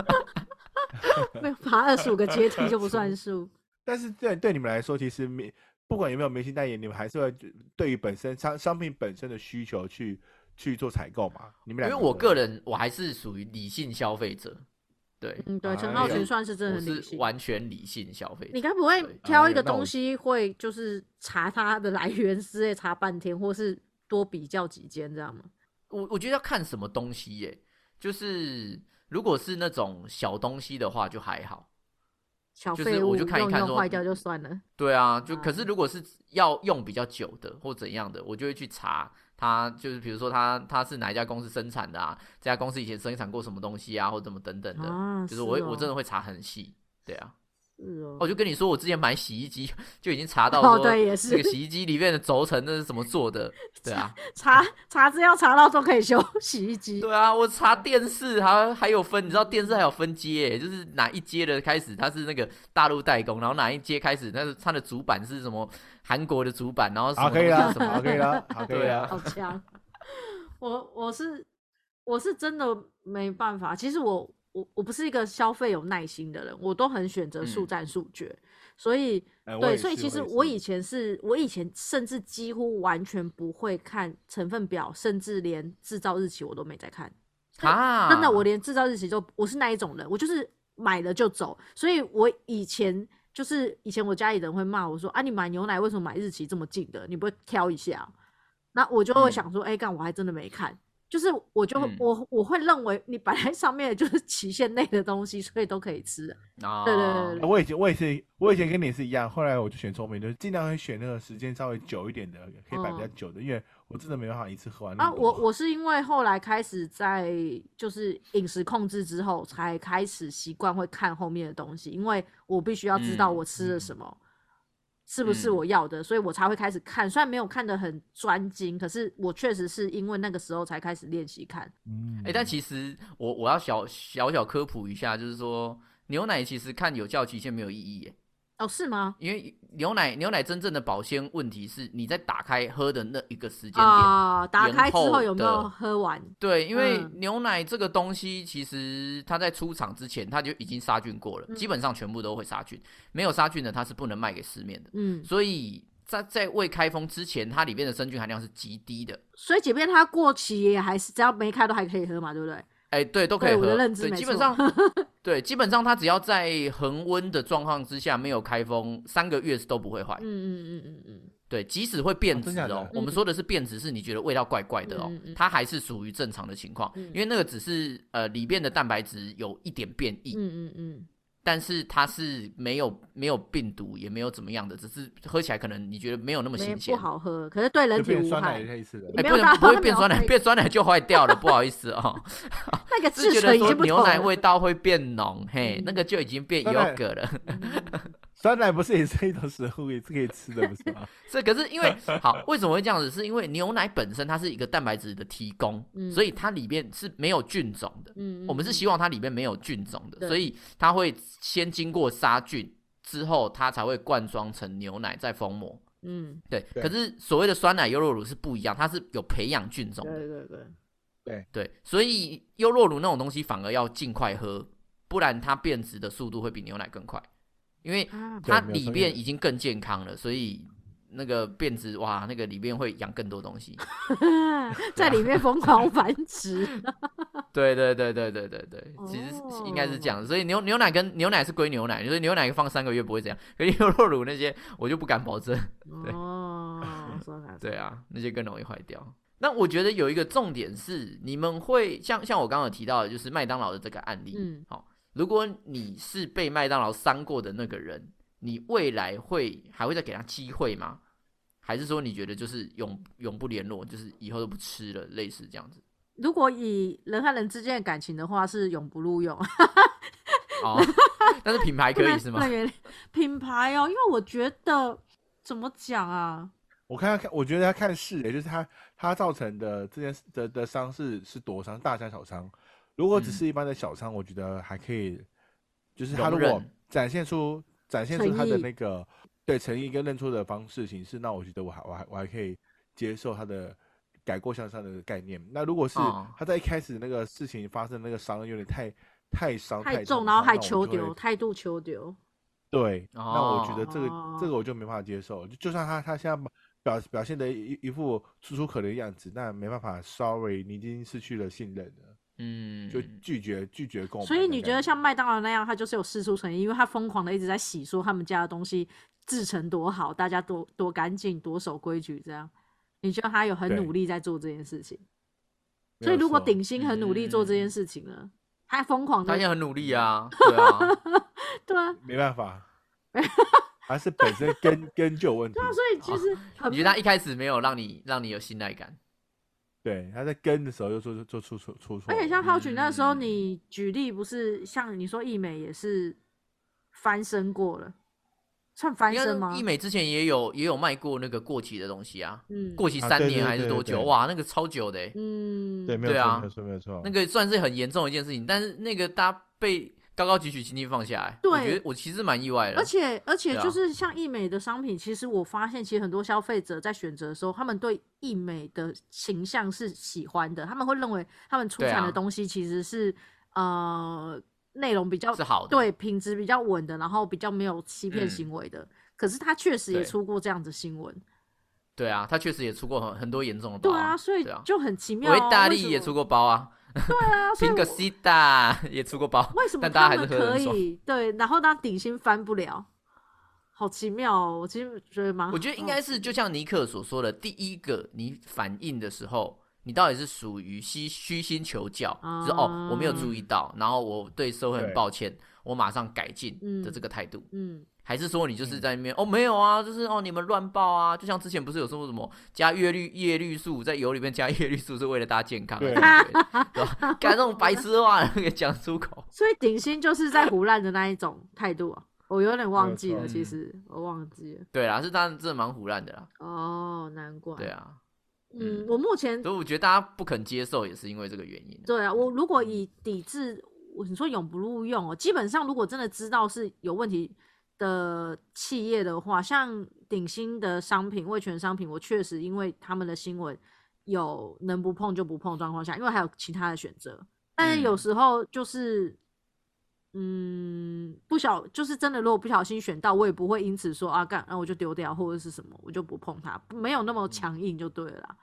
B: 被爬二十五个阶梯就不算数。
C: 但是对对你们来说，其实明不管有没有明星代言，你们还是会对于本身商商品本身的需求去去做采购嘛？你们
A: 因
C: 两
A: 为
C: 有
A: 我
C: 没有
A: 个人我还是属于理性消费者，对，
B: 嗯，对，陈
C: 哎
B: 浩
C: 呀
B: 群算是真
A: 我
B: 的很理
A: 是
B: 性。
A: 完全理性消费
B: 你
A: 者。
B: 该不会
A: 对
B: 挑
C: 哎
B: 一个
C: 那我
B: 东西会就是查它的来源之类，查半天，或是多比较几间这样吗？
A: 我我觉得要看什么东西耶，就是如果是那种小东西的话就还好。
B: 小
A: 就
B: 废
A: 是
B: 物
A: 我就
B: 用
A: 看一看
B: 用
A: 说嗯
B: 坏掉就算了。
A: 对啊，就可
B: 嗯
A: 是如果是要用比较久的或怎样的，我就会去查它，就是比如说它它是哪一家公司生产的啊，这家公司以前生产过什么东西啊，或怎么等等的，
B: 啊，
A: 就是我会、我真
B: 的
A: 的会查很细。对啊，
B: 是哦
A: 我就跟你说，我之前买洗衣机 就已经查到
B: 哦，
A: 说
B: 对，也
A: 这
B: 是
A: 个洗衣机里面的轴承那是怎么做的。对 啊，
B: 查查资料查到都可以修洗衣机，
A: 对啊，我查电视还还有分，你知道电视还有分阶耶，就是哪一阶的开始它是那个大陆代工，然后哪一阶开始那是它的主板是什么韩国的主板，然后什么
C: 好啊可以
A: 东西是
C: 了，
A: 什么
C: 好可以 了，好可以
A: 对啊
C: 了。
B: 好强。我我是我是真的没办法，其实我我我不是一个消费有耐心的人，我都很选择速
A: 嗯
B: 战速决，所以
C: 哎我
B: 对，
C: 也
B: 所以
C: 是
B: 其
C: 我
B: 实
C: 也
B: 我
C: 是
B: 以前是我以前甚至几乎完全不会看成分表，甚至连制造日期我都没在看。
A: 啊，
B: 真的，我连制造日期都我是那一种人，我就是买了就走。所以我以前就是以前我家里人会骂我说啊，你买牛奶为什么买日期这么近的？你不会挑一下？那我就会
A: 嗯
B: 想说，哎、干、我还真的没看。就是我就会、
A: 嗯
B: 我我会认为你摆在上面的就是期限内的东西，所以都可以吃。
A: 啊，
B: 对对对
C: 我以前我也是我以前跟你是一样，后来我就选聪明，就是尽量会选那个时间稍微久一点的，可以摆比较
B: 嗯
C: 久的，因为我真的没办法一次喝完那
B: 啊，
C: 么多。
B: 我我是因为后来开始在就是饮食控制之后，才开始习惯会看后面的东西，因为我必须要知道
A: 嗯
B: 我吃了什么，是不是
A: 嗯
B: 我要的，所以我才会开始看。虽然没有看得很专精，可是我确实是因为那个时候才开始练习看。
C: 嗯
A: 哎、但其实我我要小小小科普一下，就是说牛奶其实看有效期限没有意义耶，
B: 哦，是吗？
A: 因为牛奶牛奶真正的保鲜问题是你在打开喝的那一个时间点。
B: 啊、打
A: 延
B: 开之
A: 后
B: 后有没有
A: 的
B: 喝完？
A: 对，因为
B: 嗯
A: 牛奶这个东西，其实它在出厂之前，它就已经杀菌过了，
B: 嗯
A: 基本上全部都会杀菌，没有杀菌的它是不能卖给市面的。
B: 嗯，
A: 所以在在未开封之前，它里面的生菌含量是极低的。
B: 所以即便它过期，也还是只要没开都还可以喝嘛，对不对？
A: 哎、对，都可以
B: 对我
A: 喝。
B: 的认知
A: 对
B: 没
A: 基本
B: 错
A: 上， 对，基本上它只要在恒温的状况之下没有开封，三个月是都不会坏。
B: 嗯嗯嗯嗯嗯
A: 对，即使会变
C: 哦
A: 质
C: 真假的
A: 哦，我们说的是变质，是你觉得味道怪怪的哦，
B: 嗯嗯嗯
A: 它还是属于正常的情况，
B: 嗯
A: 因为那个只是呃里面的蛋白质有一点变异，
B: 嗯嗯嗯
A: 但是它是没有没有病毒，也没有怎么样的，只是喝起来可能你觉得没有那么
B: 嗯，没
A: 新鲜
B: 不。好喝，可是对人
C: 就
B: 体
C: 变
B: 无
C: 酸奶
B: 害。
C: 类似的，
A: 哎、
B: 没
A: 不
B: 有
A: 能
B: 它
A: 不
B: 它
A: 会
B: 没
A: 变
B: 有
A: 酸奶，
B: 会
A: 变酸奶就坏掉了，不好意思 哦。
B: 那个
A: 是觉
B: 制
A: 得
B: 成已
A: 说
B: 经不同
A: 牛奶
B: 了。
A: 味道会变浓，嘿
B: 嗯，
A: 那个就已经变
C: 酸奶
A: yogurt 了。
C: 酸奶不是也是一种食物，也是可以吃的，不是吗？
A: 这可是因为好，为什么会这样子？是因为牛奶本身它是一个蛋白质的提供，
B: 嗯
A: 所以它里面是没有菌种的。
B: 嗯，
A: 我们是希望它里面没有菌种的，
B: 对
A: 所以它会先经过杀菌之后，它才会灌装成牛奶再封膜。
B: 嗯，
A: 对，
C: 对
A: 可是所谓的酸奶优酪乳是不一样，它是有培养菌种
B: 对
A: 的。
B: 对对，
A: 对，所以优酪乳那种东西反而要尽快喝，不然它变质的速度会比牛奶更快，因为
B: 啊，
A: 它
C: 没有
A: 里
C: 错因
A: 面
C: 为
A: 已经更健康了，所以那个变质哇，那个里面会养更多东 西。
B: 在里面疯狂繁 殖，
A: 对对对对对对对，
C: 哦
A: 其实是应该是这样。所以牛牛奶跟牛奶是归牛奶，就是牛奶放三个月不会这样，可是 牛肉乳那些我就不敢保证。
B: 哦，说 啥？
A: 对啊，那些更容易坏掉。那我觉得有一个重点是，你们会像像我刚刚有提到的，就是麦当劳的这个案例。
B: 嗯，
A: 好、如果你是被麦当劳伤过的那个人，你未来会还会再给他机会吗？还是说你觉得就是永永不联络，就是以后都不吃了，类似这样子？
B: 如果以人和人之间的感情的话，是永不录用。
A: 哦，但是品牌可
B: 不
A: 以
B: 能
A: 是
B: 不
A: 吗
B: 能？原谅品牌哦，因为我觉得怎么讲啊，
C: 我看他看，我觉得他看视野，就是他他造成的这件事的的伤是是多伤，大伤小伤。如果
A: 嗯
C: 只是一般的小伤，我觉得还可以，就是他
A: 容
C: 如果
A: 忍
C: 展现出展现出他的
B: 诚意
C: 那个对诚意跟认错的方式形式，那我觉得我还我还我还可以接受他的改过向上的概念。那如果是
A: 哦
C: 他在一开始那个事情发生那个伤有点太太伤
B: 太
C: 重
B: 重，
C: 的
B: 然
C: 话
B: 后还
C: 那我
B: 求
C: 就会
B: 丢，态度求丢，
C: 对，那我觉得这个这
B: 哦
C: 个我就没办法接受，就就算他他现在表表现的一一副楚楚可怜的样子，那没办法，sorry，你已经失去了信任了，
A: 嗯，
C: 就拒绝拒绝购买的
B: 所
C: 感。
B: 以你觉得像麦当劳那样，他就是有事出诚意，因为他疯狂的一直在洗说他们家的东西制成多好，大家多多干净，多守规矩这样。你觉得他有很
C: 对
B: 努力在做这件事情？
C: 没
B: 所以
C: 有
B: 如果
C: 错
B: 顶薪很努力做这件
A: 嗯
B: 事情呢，他疯狂
A: 他
B: 的
A: 现在很努力啊，对啊，
B: 对啊，
C: 没 办法，还是本身根根就有问题
B: 对，啊，所以其实很
A: 哦你觉得他一开始没有让你让你有信赖感？
C: 对，他在根的时候就做做出出出错
B: 而
C: 了，
B: 且像浩群那时候，
A: 嗯
B: 你举例不是像你说艺美也是翻身过了，算翻
A: 因
B: 身
A: 为
B: 吗
A: 医？美之前也有也有卖过那个过期的东西啊，
B: 嗯，
A: 过期
C: 啊
A: 三
C: 对
A: 年
C: 对
A: 还是
C: 对
A: 多
C: 对哦
A: 久？
C: 对
A: 哇，那个超久的欸，
B: 嗯，
C: 对，没有
A: 对
C: 错，
A: 啊
C: 没有错，没有错
A: 那，个算是很严重的一件事情，但是那个大家被高高举起，轻轻放下来，我
B: 对
A: 觉得我其实蛮意外的，
B: 而且而且
A: 对啊
B: 就是像艺美的商品，其实我发现，其实很多消费者在选择的时候，他们对艺美的形象是喜欢的，他们会认为他们出
A: 对
B: 产的
A: 啊
B: 东西其实是、呃内容比较
A: 是好的，
B: 对品质比较稳的，然后比较没有欺骗
A: 嗯
B: 行为的。可是他确实也
A: 对
B: 出过这样子新闻，
A: 对啊，他确实也出过很很多严重的包，
B: 对啊，所以
A: 对啊
B: 就很奇妙、
A: 维
B: 啊。
A: 大
B: 为
A: 利
B: 什
A: 也
B: 么
A: 出过包啊，
B: 对啊，所以
A: 平
B: 我
A: 克
B: 啊
A: 西达 也出过包，
B: 为什么
A: 但大家
B: 他
A: 还是
B: 们
A: 喝得
B: 可
A: 很爽
B: 以对，然后他底薪翻不了，好奇妙哦！我其实觉得蛮，
A: 我觉得应该是就像尼克所说的，第一个你反应的时候，你到底是属于虚虚心求教，
B: 啊
A: 就是哦我没有注意到，然后我对社会很
C: 对
A: 抱歉，我马上改进
B: 嗯
A: 的这个态度，
B: 嗯，
A: 还是说你就是在那边、哦没有啊，就是哦你们乱报啊，就像之前不是有说什么加叶绿叶绿素在油里面加叶绿素是为了大家健康的
C: 对
A: 感觉，对吧？ 干这种白痴的话 给讲出口，
B: 所以顶薪就是在胡乱的那一种态度啊，我有点忘记了，
A: 错
B: 其
A: 嗯
B: 实我忘记了
A: 对啦，是当然真的蛮胡乱的啦，
B: 哦，难怪，
A: 对啊，
B: 嗯
A: 嗯，
B: 我目前
A: 所以我觉得大家不肯接受也是因为这个原因。
B: 对啊，我如果以抵制，我你说永不录用哦，基本上如果真的知道是有问题的企业的话，像顶新的商品、味全商品，我确实因为他们的新闻有能不碰就不碰的状况下，因为还有其他的选择，但是有
A: 嗯
B: 时候就是。嗯，不小就是真的，如果不小心选到，我也不会因此说啊干，那、我就丢掉或者是什么，我就不碰它，没有那么强硬就对了啦。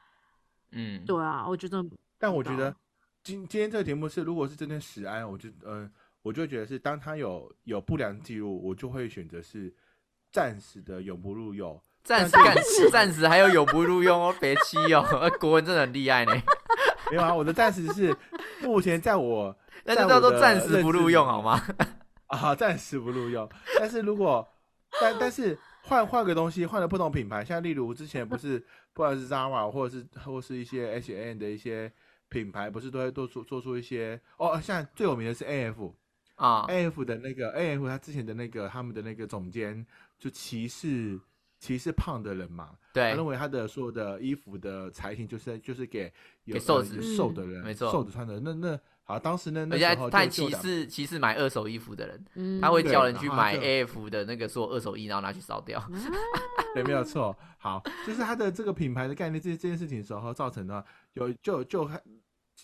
A: 嗯，
B: 对啊，我觉得
C: 但
B: 知
C: 我觉
B: 道
C: 得今今天这个题目是，如果是真的实安，我就嗯、呃我就会觉得是当他有有不良记录，我就会选择是暂时的永不录用。
A: 暂时
C: 但
A: 干
B: 是
A: 暂时还有永不录用哦，别气哦，国文真的很厉害呢。
C: 没有啊，我的暂时是目前在我
A: 那
C: 在
A: 就
C: 我
A: 叫做
C: 的
A: 暂时
C: 认
A: 不
C: 知
A: 录
C: 里
A: 用哦
C: 面
A: 好吗？
C: 啊，暂时不录用。但是如果但但是换换个东西，换了不同品牌，像例如之前不是不管是 Zara 或者是或是一些 H N 的一些品牌，不是都会做出做出一些哦，像最有名的是 A F。
A: 啊，
C: A F 的那个 A F 他之前的那个他们的那个总监就歧视歧视胖的人嘛，他
A: 对
C: 认，为他的所有的衣服的裁型就是就是给有
A: 给瘦子嗯
C: 呃有瘦的人，
A: 没错
C: 瘦子穿的那那好，当时呢那
A: 而且还
C: 时候
A: 他还
C: 就就
A: 歧
C: 两
A: 视歧视买二手衣服的人，
B: 嗯，
A: 他会
C: 对
A: 叫人
C: 然
A: 去
C: 后
A: 买
C: 就
A: AF 的那个做二手衣，然后拿去烧掉。
C: 对，没有错。好，就是他的这个品牌的概念，这这件事情时候造成的话，有就就还，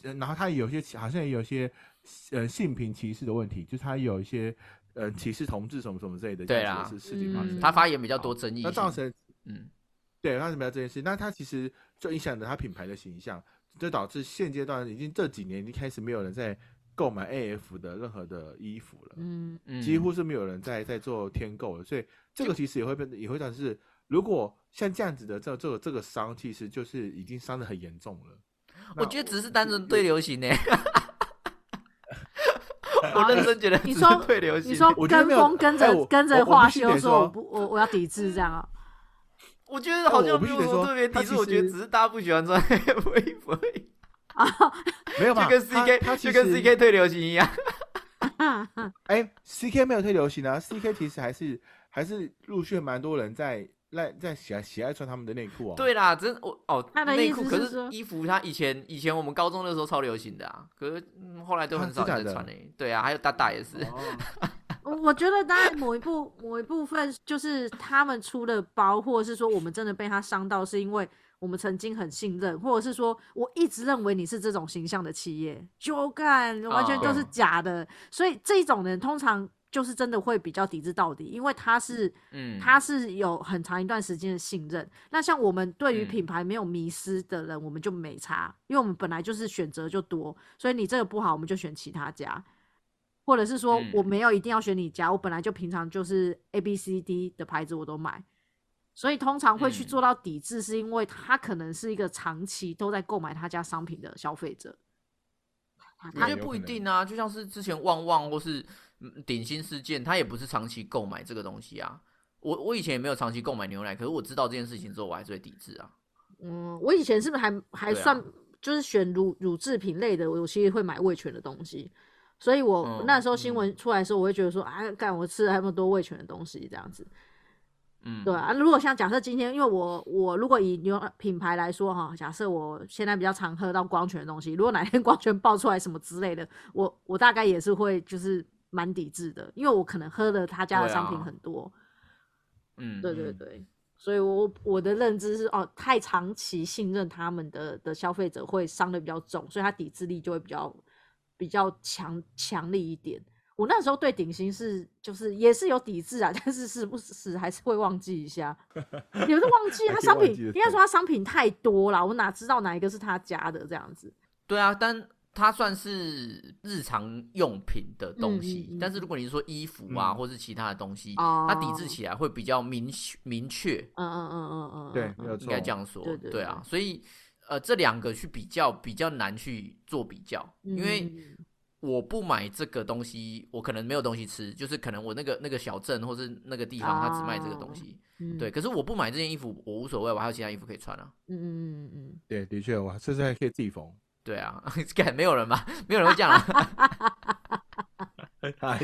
C: 呃然后他有些好像也有些呃性平歧视的问题，就是他有一些呃歧视同志什么什么之类的这
A: 对
C: 样
A: 啦
C: 子的事事情发
B: 嗯
C: 生，
A: 他发言比较多争议
C: 那造
A: 性，
C: 成
A: 嗯，
C: 对，他是没有这件事，那他其实就影响了他品牌的形象，这导致现阶段已经这几年已经开始没有人在购买 AF 的任何的衣服了。
B: 嗯
A: 嗯
C: 几乎是没有人在在做天购了，所以这个其实也会变得，也会导致，如果像这样子的这这个这个伤，其实就是已经伤的很严重了。
A: 我觉得只是单纯对流 行呢。
B: 好
A: 我认真觉得
B: 你
A: 只是
B: 说
A: 对流行，
B: 你说
C: 我觉得
B: 跟
C: 没有
B: 风跟
C: 哎
B: 着
C: 我
B: 跟着
C: 我我
B: 话
C: 必须得
B: 休，说我
C: 说
B: 不我我要抵制这样啊，
A: 我觉得好
C: 哎我
A: 像
C: 必
A: 没
C: 须
A: 有
C: 得
A: 什么
C: 说
A: 特别
C: 他
A: 抵制，
C: 其
A: 我觉得
C: 实
A: 只是大家不喜欢穿 AF 衣服而已。
C: 没有吧？
A: 就跟
C: 他他
A: CK
C: 其
A: 就跟
C: 实哦
A: CK 退流行一样。
C: 哎，CK 没有退流行啊，CK 其实还是还是陆续蛮多人在在在喜爱喜爱穿他们的内裤啊。，
A: 对啦，真我哦，
B: 他的
A: 内
B: 意
A: 裤
B: 思
A: 可
B: 是
A: 是
B: 说
A: 衣服，它以前以前我们高中的时候超流行的啊，可是、嗯、后来都
C: 啊
A: 很少
C: 真
A: 人在
C: 假的哦
A: 穿嘞、对啊，还有大大也是，
B: 我 我觉得当然某一部某一部分就是他们出的包，或者是说我们真的被他伤到，是因为我们曾经很信任，或者是说我一直认为你是这种形象的企业，就干完全就是
C: 哦
B: 假的。所以这种人通常就是真的会比较抵制到底，因为他是
A: 嗯，
B: 他是有很长一段时间的信任。那像我们对于
A: 嗯
B: 品牌没有迷失的人，我们就没差，因为我们本来就是选择就多，所以你这个不好，我们就选其他家，或者是说
A: 嗯
B: 我没有一定要选你家，我本来就平常就是 A B C D 的牌子我都买。所以通常会去
A: 嗯
B: 做到抵制，是因为他可能是一个长期都在购买他家商品的消费者。
A: 我觉
C: 有
A: 得
C: 可
A: 不一
C: 能
A: 定啊，就像是之前旺旺或是嗯鼎新事件，它也不是长期购买这个东西啊。我我以前也没有长期购买牛奶，可是我知道这件事情之后，我还是会抵制啊。
B: 嗯，我以前是不是还还
A: 对啊
B: 算、就是选乳乳制品类的，我其实会买味全的东西，所以我、
A: 嗯
B: 那时候新闻出来的时候，我会觉得说，啊，干我吃了那么多味全的东西这样子，
A: 嗯，
B: 对啊。如果像假设今天，因为我我如果以牛奶品牌来说哈，假设我现在比较常喝到光泉的东西，如果哪天 光泉爆出来什么之类的，我我大概也是会就是蛮抵制的，因为我可能喝了他家的
A: 对
B: 商品
A: 啊
B: 很多，
A: 嗯，
B: 对对
A: 嗯，
B: 对，所以我我的认知是哦，太长期信任他们的的消费者会伤的比较重，所以他抵制力就会比较比较强强力一点。我那时候对顶新是就是也是有抵制啊， 但是时不时还是会忘记一下，也不是忘记
C: 还
B: 他
C: 可以
B: 商
C: 忘
B: 品，
C: 记的
B: 应该
C: 事
B: 说他商品太多了，我哪知道哪一个是他家的这样子。
A: 对啊，但它算是日常用品的东西，
B: 嗯嗯嗯
A: 但是如果你说衣服啊，
C: 嗯
A: 或是其他的东西，
B: 哦
A: 它抵制起来会比较明明确，
B: 嗯嗯嗯嗯嗯，
C: 对
B: 嗯
C: 没有
A: 应该
C: 错
A: 这样说，
B: 对对
A: 啊，所以呃，这两个去比较比较难去做比较，因为
B: 嗯
A: 我不买这个东西，我可能没有东西吃，就是可能我那个那个小镇或是那个地方，它只卖这个东西，
B: 嗯
A: 对。可是我不买这件衣服，我无所谓，我还有其他衣服可以穿啊，
B: 嗯嗯嗯嗯
C: 对，的确，我甚至还可以自己缝，
A: 对啊， 干没有人吧，没有人会这样 啊，
C: 啊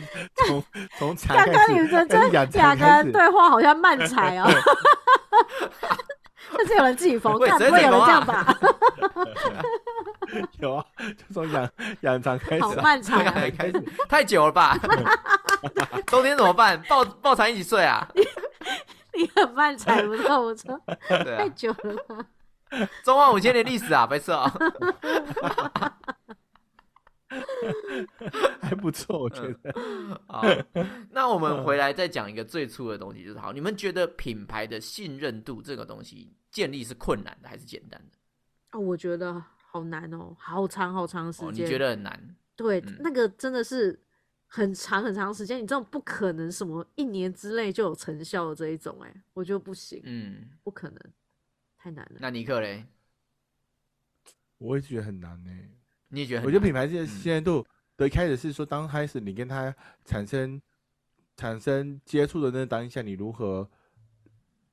C: 从 从
B: 嗯，
C: 才
B: 刚
C: 开
B: 刚你
C: 始，哎
B: 们这
C: 还是养
B: 两
C: 蚕
B: 个
C: 开
B: 人
C: 始，
B: 对话好像慢踩哦，就是有人自己缝，
A: 喂
B: 但不
A: 谁
B: 会
A: 谁
B: 有人
A: 缝
B: 这样
A: 啊
B: 吧？
C: 有啊，就从养养蚕开始
B: 好
C: 啊，
B: 漫长啊！
A: 开始太久了吧， 冬天怎么办？抱抱蚕一起睡啊，
B: 你很漫才，不错不错，
A: 对啊
B: 太，久了吧？
A: 中华五千年历史啊，白痴 啊，
C: 还不错，我觉得。
A: 好，那我们回来再讲一个最初的东西，就是好，你们觉得品牌的信任度这个东西建立是困难的还是简单的？
B: 哦我觉得好难哦，好长好长的时
A: 哦，你
B: 间。
A: 觉得很难？
B: 对
A: 嗯，
B: 那个真的是很长很长时间，你这种不可能什么一年之内就有成效的这一种，哎，我觉得不行，
A: 嗯，
B: 不可能，太难了。
A: 那尼克嘞，
C: 我也觉得很难呢、
A: 你也觉得很
C: 我
A: 难？
C: 觉得品牌这些信任度的一开始是说，当开始你跟他产生产生接触的那当下，你如何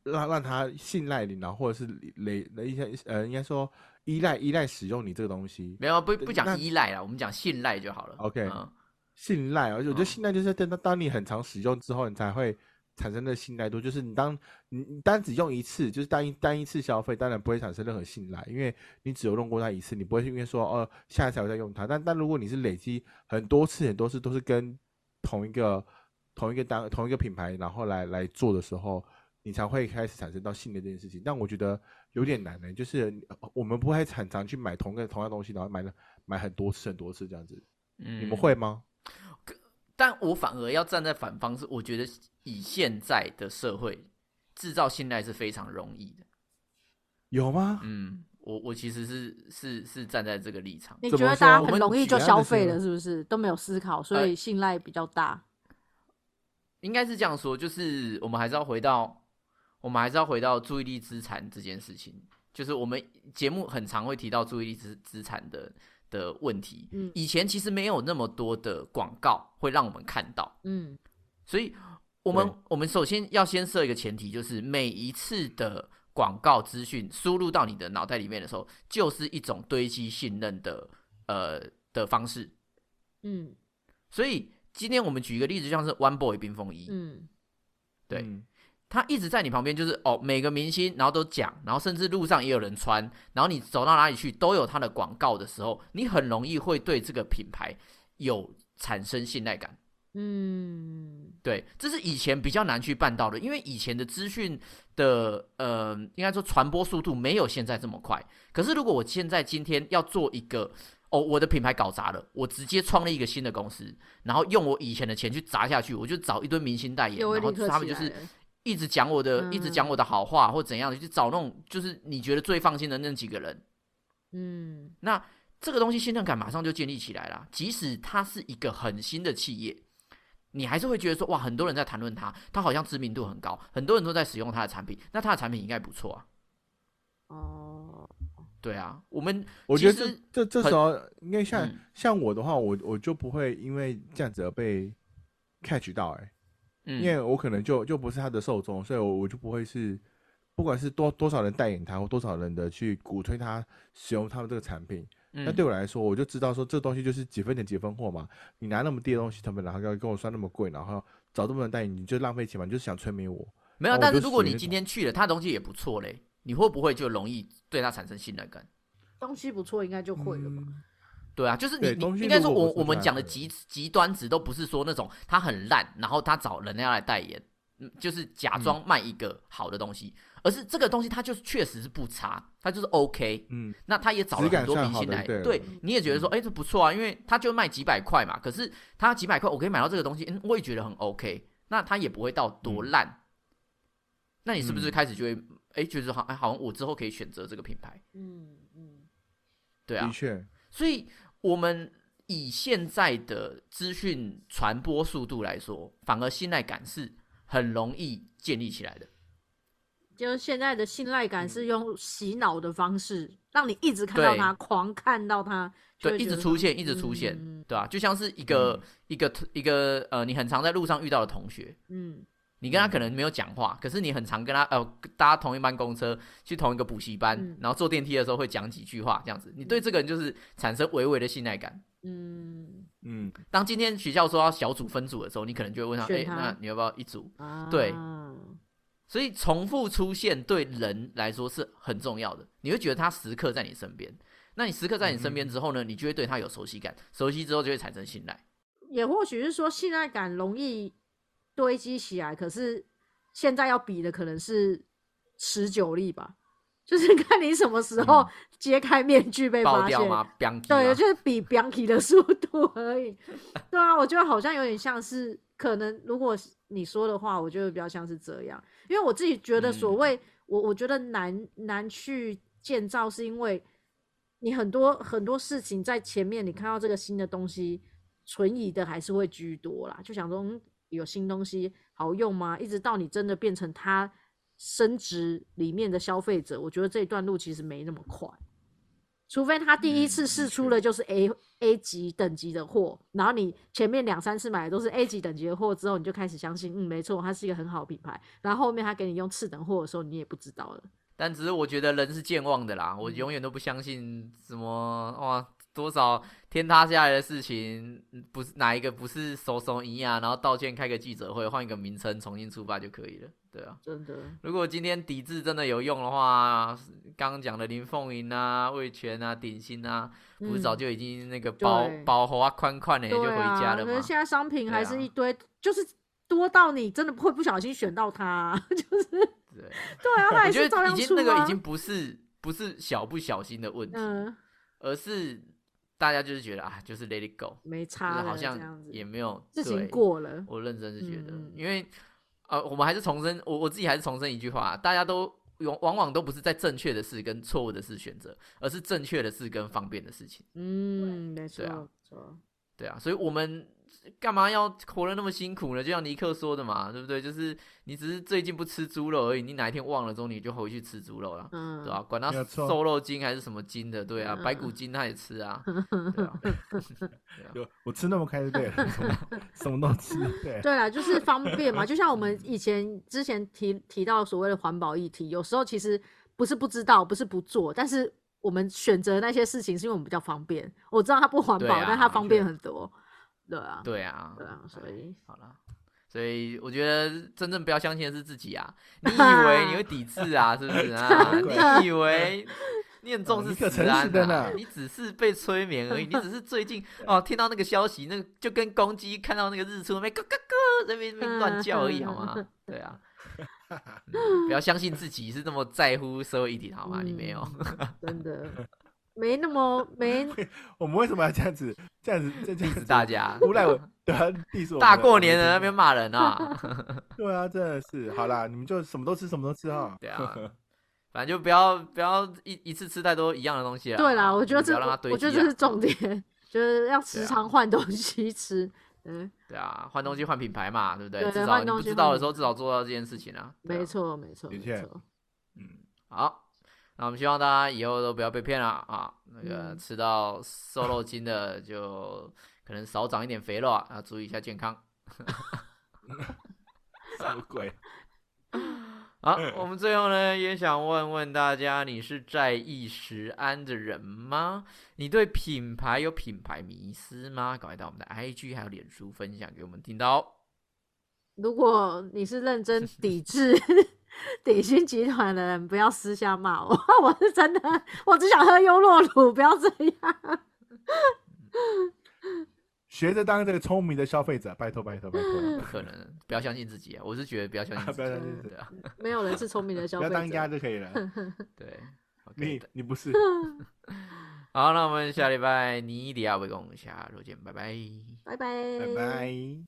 C: 让让他信赖你，然后或者是累累一些呃，应该说依赖依赖使用你这个东西，
A: 没有啊不不
C: 那
A: 讲依赖啦，我们讲信赖就好了。
C: OK
A: 嗯
C: 信赖，而且我觉
A: 嗯
C: 得信赖就是等到当你很常使用之后，你才会产生的信赖度。就是你当你你单只用一次，就是单一单一次消费，当然不会产生任何信赖，因为你只有用过它一次，你不会因为说哦下一次还会再用它。但但如果你是累积很多次很多次都是跟同一个同一个单同一个品牌，然后来来做的时候。你才会开始产生到信任这件事情，但我觉得有点难呢、就是呃我们不会很常去买同个同样东西，然后买了买很多次很多次这样子。
A: 嗯
C: 你们会吗？
A: 但我反而要站在反方是，我觉得以现在的社会制造信赖是非常容易的。
C: 有吗？
A: 嗯，我我其实是是是站在这个立场。
B: 你
C: 怎
B: 觉
C: 么
B: 得大家很
C: 说
A: 我们
B: 容易
A: 举
B: 就
C: 案
B: 消
C: 的是
B: 费了，
C: 吗
B: 是不是？都没有思考，所
A: 呃
B: 以信赖比较大。
A: 应该是这样说，就是我们还是要回到，我们还是要回到注意力资产这件事情。就是我们节目很常会提到注意力资资产的的问题。
B: 嗯
A: 以前其实没有那么多的广告会让我们看到，
B: 嗯
A: 所以我们
C: 对
A: 我们首先要先设一个前提，就是每一次的广告资讯输入到你的脑袋里面的时候，就是一种堆积信任的呃的方式。
B: 嗯
A: 所以今天我们举一个例子，就像是 One Boy 冰风衣，
B: 嗯，
A: 对
C: 嗯
A: 他一直在你旁边，就是哦，每个明星，然后都讲，然后甚至路上也有人穿，然后你走到哪里去都有他的广告的时候，你很容易会对这个品牌有产生信赖感。
B: 嗯，
A: 对，这是以前比较难去办到的，因为以前的资讯的呃，应该说传播速度没有现在这么快。可是如果我现在今天要做一个，哦，我的品牌搞砸了，我直接创立一个新的公司，然后用我以前的钱去砸下去，我就找一堆明星代言，
B: 又会
A: 然后
B: 立刻
A: 他们
B: 起
A: 就
B: 来
A: 是
B: 了
A: 一直讲我的，一直讲
B: 嗯
A: 我的好话或怎样的，去找那种就是你觉得最放心的那几个人，
B: 嗯
A: 这个东西信任感马上就建立起来了。即使它是一个很新的企业，你还是会觉得说哇，很多人在谈论它，它好像知名度很高，很多人都在使用它的产品，那它的产品应该不错啊。
B: 哦，
A: 对啊，我们
C: 我
A: 其
C: 觉得这
A: 实
C: 这这
A: 很
C: 时候应该像、
A: 嗯
C: 像我的话，我我就不会因为这样子而被 catch 到哎、
A: 嗯
C: 因为我可能就就不是他的受众，所以我我就不会是，不管是多多少人代言他，或多少人的去鼓吹他使用他们这个产品，那
A: 嗯
C: 对我来说，我就知道说这东西就是几分钱几分货嘛。你拿那么低的东西成本，然后要跟我算那么贵，然后找这么多人代言，你就浪费钱嘛，你就是想催眠我。
A: 没有
C: 哦，
A: 但
C: 我
A: 是
C: 就
A: 如果
C: 属于
A: 你
C: 那
A: 今
C: 种
A: 天去了，它的东西也不错嘞，你会不会就容易对它产生信任感？
B: 东西不错，应该就会了吧？
A: 对啊，就是
C: 对
A: 你
C: 东
A: 你
C: 西
A: 应该
C: 如
A: 说
C: 果
A: 我
C: 不
A: 我
C: 是
A: 们
C: 太
A: 讲的
C: 好
A: 极极端值都不是说那种它很烂，然后他找人家来代言，嗯，就是假装卖一个好的东西，而是这个东西它就是确实是不差，它就是 OK。
C: 嗯，
A: 那他也找
C: 质
A: 了
C: 感
A: 很多
C: 上
A: 明
C: 好
A: 星
C: 的
A: 来，
C: 对嗯
A: 对，你也觉得说，哎、这不错啊，因为他就卖几百块嘛，可是他几百块我可以买到这个东西，嗯，我也觉得很 OK，那他也不会到多
C: 嗯
A: 烂。那你是不是
C: 嗯
A: 开始就会，哎、觉得好，哎，好像我之后可以选择这个品牌，
B: 嗯嗯
A: 对啊
C: 的，确，
A: 所以我们以现在的资讯传播速度来说，反而信赖感是很容易建立起来的。
B: 就是现在的信赖感是用洗脑的方式，让你一直看到
A: 嗯对
B: 他，狂看到他，就
A: 对，一
B: 会觉
A: 直
B: 得
A: 出
B: 说
A: 现，一直出现，
B: 嗯
A: 对吧、就像是一个、一个一个呃，你很常在路上遇到的同学，
B: 嗯
A: 你跟他可能没有讲话，可是你很常跟他呃搭同一班公车去同一个补习班，
B: 嗯
A: 然后坐电梯的时候会讲几句话，这样子，你对这个人就是产生微微的信赖感。
B: 嗯
C: 嗯，
A: 当今天学校说要小组分组的时候，你可能就会问他，哎、
B: 选他
A: 那你要不要一组？
B: 啊，
A: 对所以重复出现对人来说是很重要的，你会觉得它时刻在你身边。那你时刻在你身边之后呢，你就会对它有熟悉感，熟悉之后就会产生信赖。
B: 也或许是说信赖感容易堆积起来，可是现在要比的可能是持久力吧， 就是看你什么时候揭开面具被
A: 嗯爆
B: 发现。
A: 掉吗？biang
B: 对，
A: 吗
B: 就是比 Bianchi 的速度而已。对啊，我觉得好像有点像是，可能如果是你说的话，我觉得比较像是这样，因为我自己觉得所
A: 嗯
B: 谓、我，我觉得难难去建造，是因为你很多很多事情在前面，你看到这个新的东西，存疑的还是会居多啦，就想说，嗯，有新东西好用吗？一直到你真的变成它升值里面的消费者，我觉得这一段路其实没那么快。除非他第一
A: 嗯
B: 次
A: 的
B: 试
A: 确
B: 出了就是 A A 级等级的货，然后你前面两三次买的都是 A 级等级的货之后，你就开始相信，嗯，没错，它是一个很好的品牌。然后后面他给你用次等货的时候，你也不知道了。
A: 但只是我觉得人是健忘的啦，我
B: 嗯
A: 永远都不相信什么哇多少天塌下来的事情，不是哪一个不是手手一样，然后道歉开个记者会，换一个名称重新出发就可以了，对啊。
B: 真的，
A: 如果今天抵制真的有用的话，刚刚讲的林凤营啊、魏全啊、鼎新啊，不是早
B: 嗯
A: 就已经那个包
B: 对
A: 包喉啊宽宽的就
B: 对
A: 回家
B: 啊，
A: 了
B: 可
A: 嘛
B: 是？现在商品
A: 对
B: 还
A: 啊
B: 是一堆，就是多到你真的会不小心选到它、 就是
A: 对，
B: 对啊，它
A: 我
B: 还
A: 觉
B: 是照
A: 得已
B: 样
A: 经
B: 出
A: 那个已
B: 啊。
A: 经不是不是小不小心的问题，
B: 嗯，
A: 而是大家就是觉得啊，就是 let it go，
B: 没
A: 就
B: 差
A: 是
B: 了，
A: 好
B: 啊这样
A: 像
B: 子
A: 也没有
B: 事情
A: 对啊
B: 过了。
A: 我认真是觉得，
B: 嗯嗯
A: 因为呃，我们还是重申，我我自己还是重申一句话，大家都往往往都不是在正确的事跟错误的事选择，而是正确的事跟方便的事情，
B: 嗯，没错，
A: 对啊
B: 没错
A: 对啊，所以我们干嘛要活得那么辛苦呢？就像尼克说的嘛，对不对？就是你只是最近不吃猪肉而已，你哪一天忘了之后，你就回去吃猪肉了。
B: 嗯，
A: 对啊，管他
C: 没有错
A: 瘦肉精还是什么精的，对啊，
B: 嗯
A: 白骨精他也吃啊，对啊，
C: 有我吃那么开就对 了，什么什么都吃，对，
B: 对啦，就是方便嘛。就像我们以前之前提提到所谓的环保议题，有时候其实不是不知道，不是不做，但是我们选择那些事情是因为我们比较方便。我知道它不环
A: 对
B: 保，
A: 啊
B: 但它方
A: 的
B: 便
A: 确
B: 很多。对啊，
A: 对啊，
B: 对啊所
A: 哎
B: 以
A: 好啦，所以我觉得真正不要相信的是自己啊！你以为你会抵制啊，是不是啊？你以为你很重视
C: 哦你可
A: 治安
C: 诚实的
A: 啊
C: 呢？
A: 你只是被催眠而已，你只是最近哦听到那个消息，那个就跟公鸡看到那个日出那边咯咯咯那边那边乱叫而已，好吗？对啊。嗯不要相信自己是那么在乎社会议题的，好吗？你没有，
C: 嗯
B: 嗯真的没那么没
A: 啊
C: 我们为什么要这样子？这样子，这这样子
A: 大家
C: 诬赖我，对啊，地主
A: 大过年的那边骂人啊！
C: 对啊，真的是好啦，你们就什么都吃，什么都吃哈。
A: 对啊，反正就不要不要一一次吃太多一样的东西了。啊哦
B: 对啦，我觉得
A: 就
B: 这
A: 不要让它
B: 我
A: 堆
B: 我觉
A: 积
B: 得这
A: 啊。
B: 是重点， 就是要
A: 对
B: 时
A: 啊
B: 常换东西吃。 嗯，
A: 对啊，换东西换品牌嘛，对不对？
B: 对对
A: 至少
B: 换
A: 你
B: 东
A: 不
B: 西
A: 知道
B: 换
A: 的时候，
B: 品
A: 至少做到这件事情啊。对啊
B: 没。错，没错，
C: 的
B: 没
C: 确
B: 错。
A: 好，那我们希望大家以后都不要被骗了啊！那个
B: 嗯
A: 吃到瘦肉精的就可能少长一点肥肉啊，啊，注意一下健康。
C: 什么鬼？
A: 好，
C: 嗯
A: 我们最后呢也想问问大家，你是在意食安的人吗？你对品牌有品牌迷思吗？赶快到我们的 IG 还有脸书分享给我们听到 哦。
B: 如果你是认真抵制
C: 嗯
B: 鼎鑫集团的人，不要私下骂我， 我是真的，我只想喝优酪乳，不要这 样。
C: 学着当这个聪明的消费者，拜托拜 托拜托，
A: 不可能，不要相信自己啊！我是觉得不要相信自
C: 不要相信
A: 己，
C: 自己
A: 对啊，
B: 没有人是聪明的消
C: 不
B: 费
C: 要当鸭
B: 者。
C: 就 可以了。
A: 对。OK，
C: 你
A: 的
C: 你 不是，
A: 好，那我们下礼拜尼迪亚维共下周见，拜拜。
B: 拜拜，
C: 拜拜。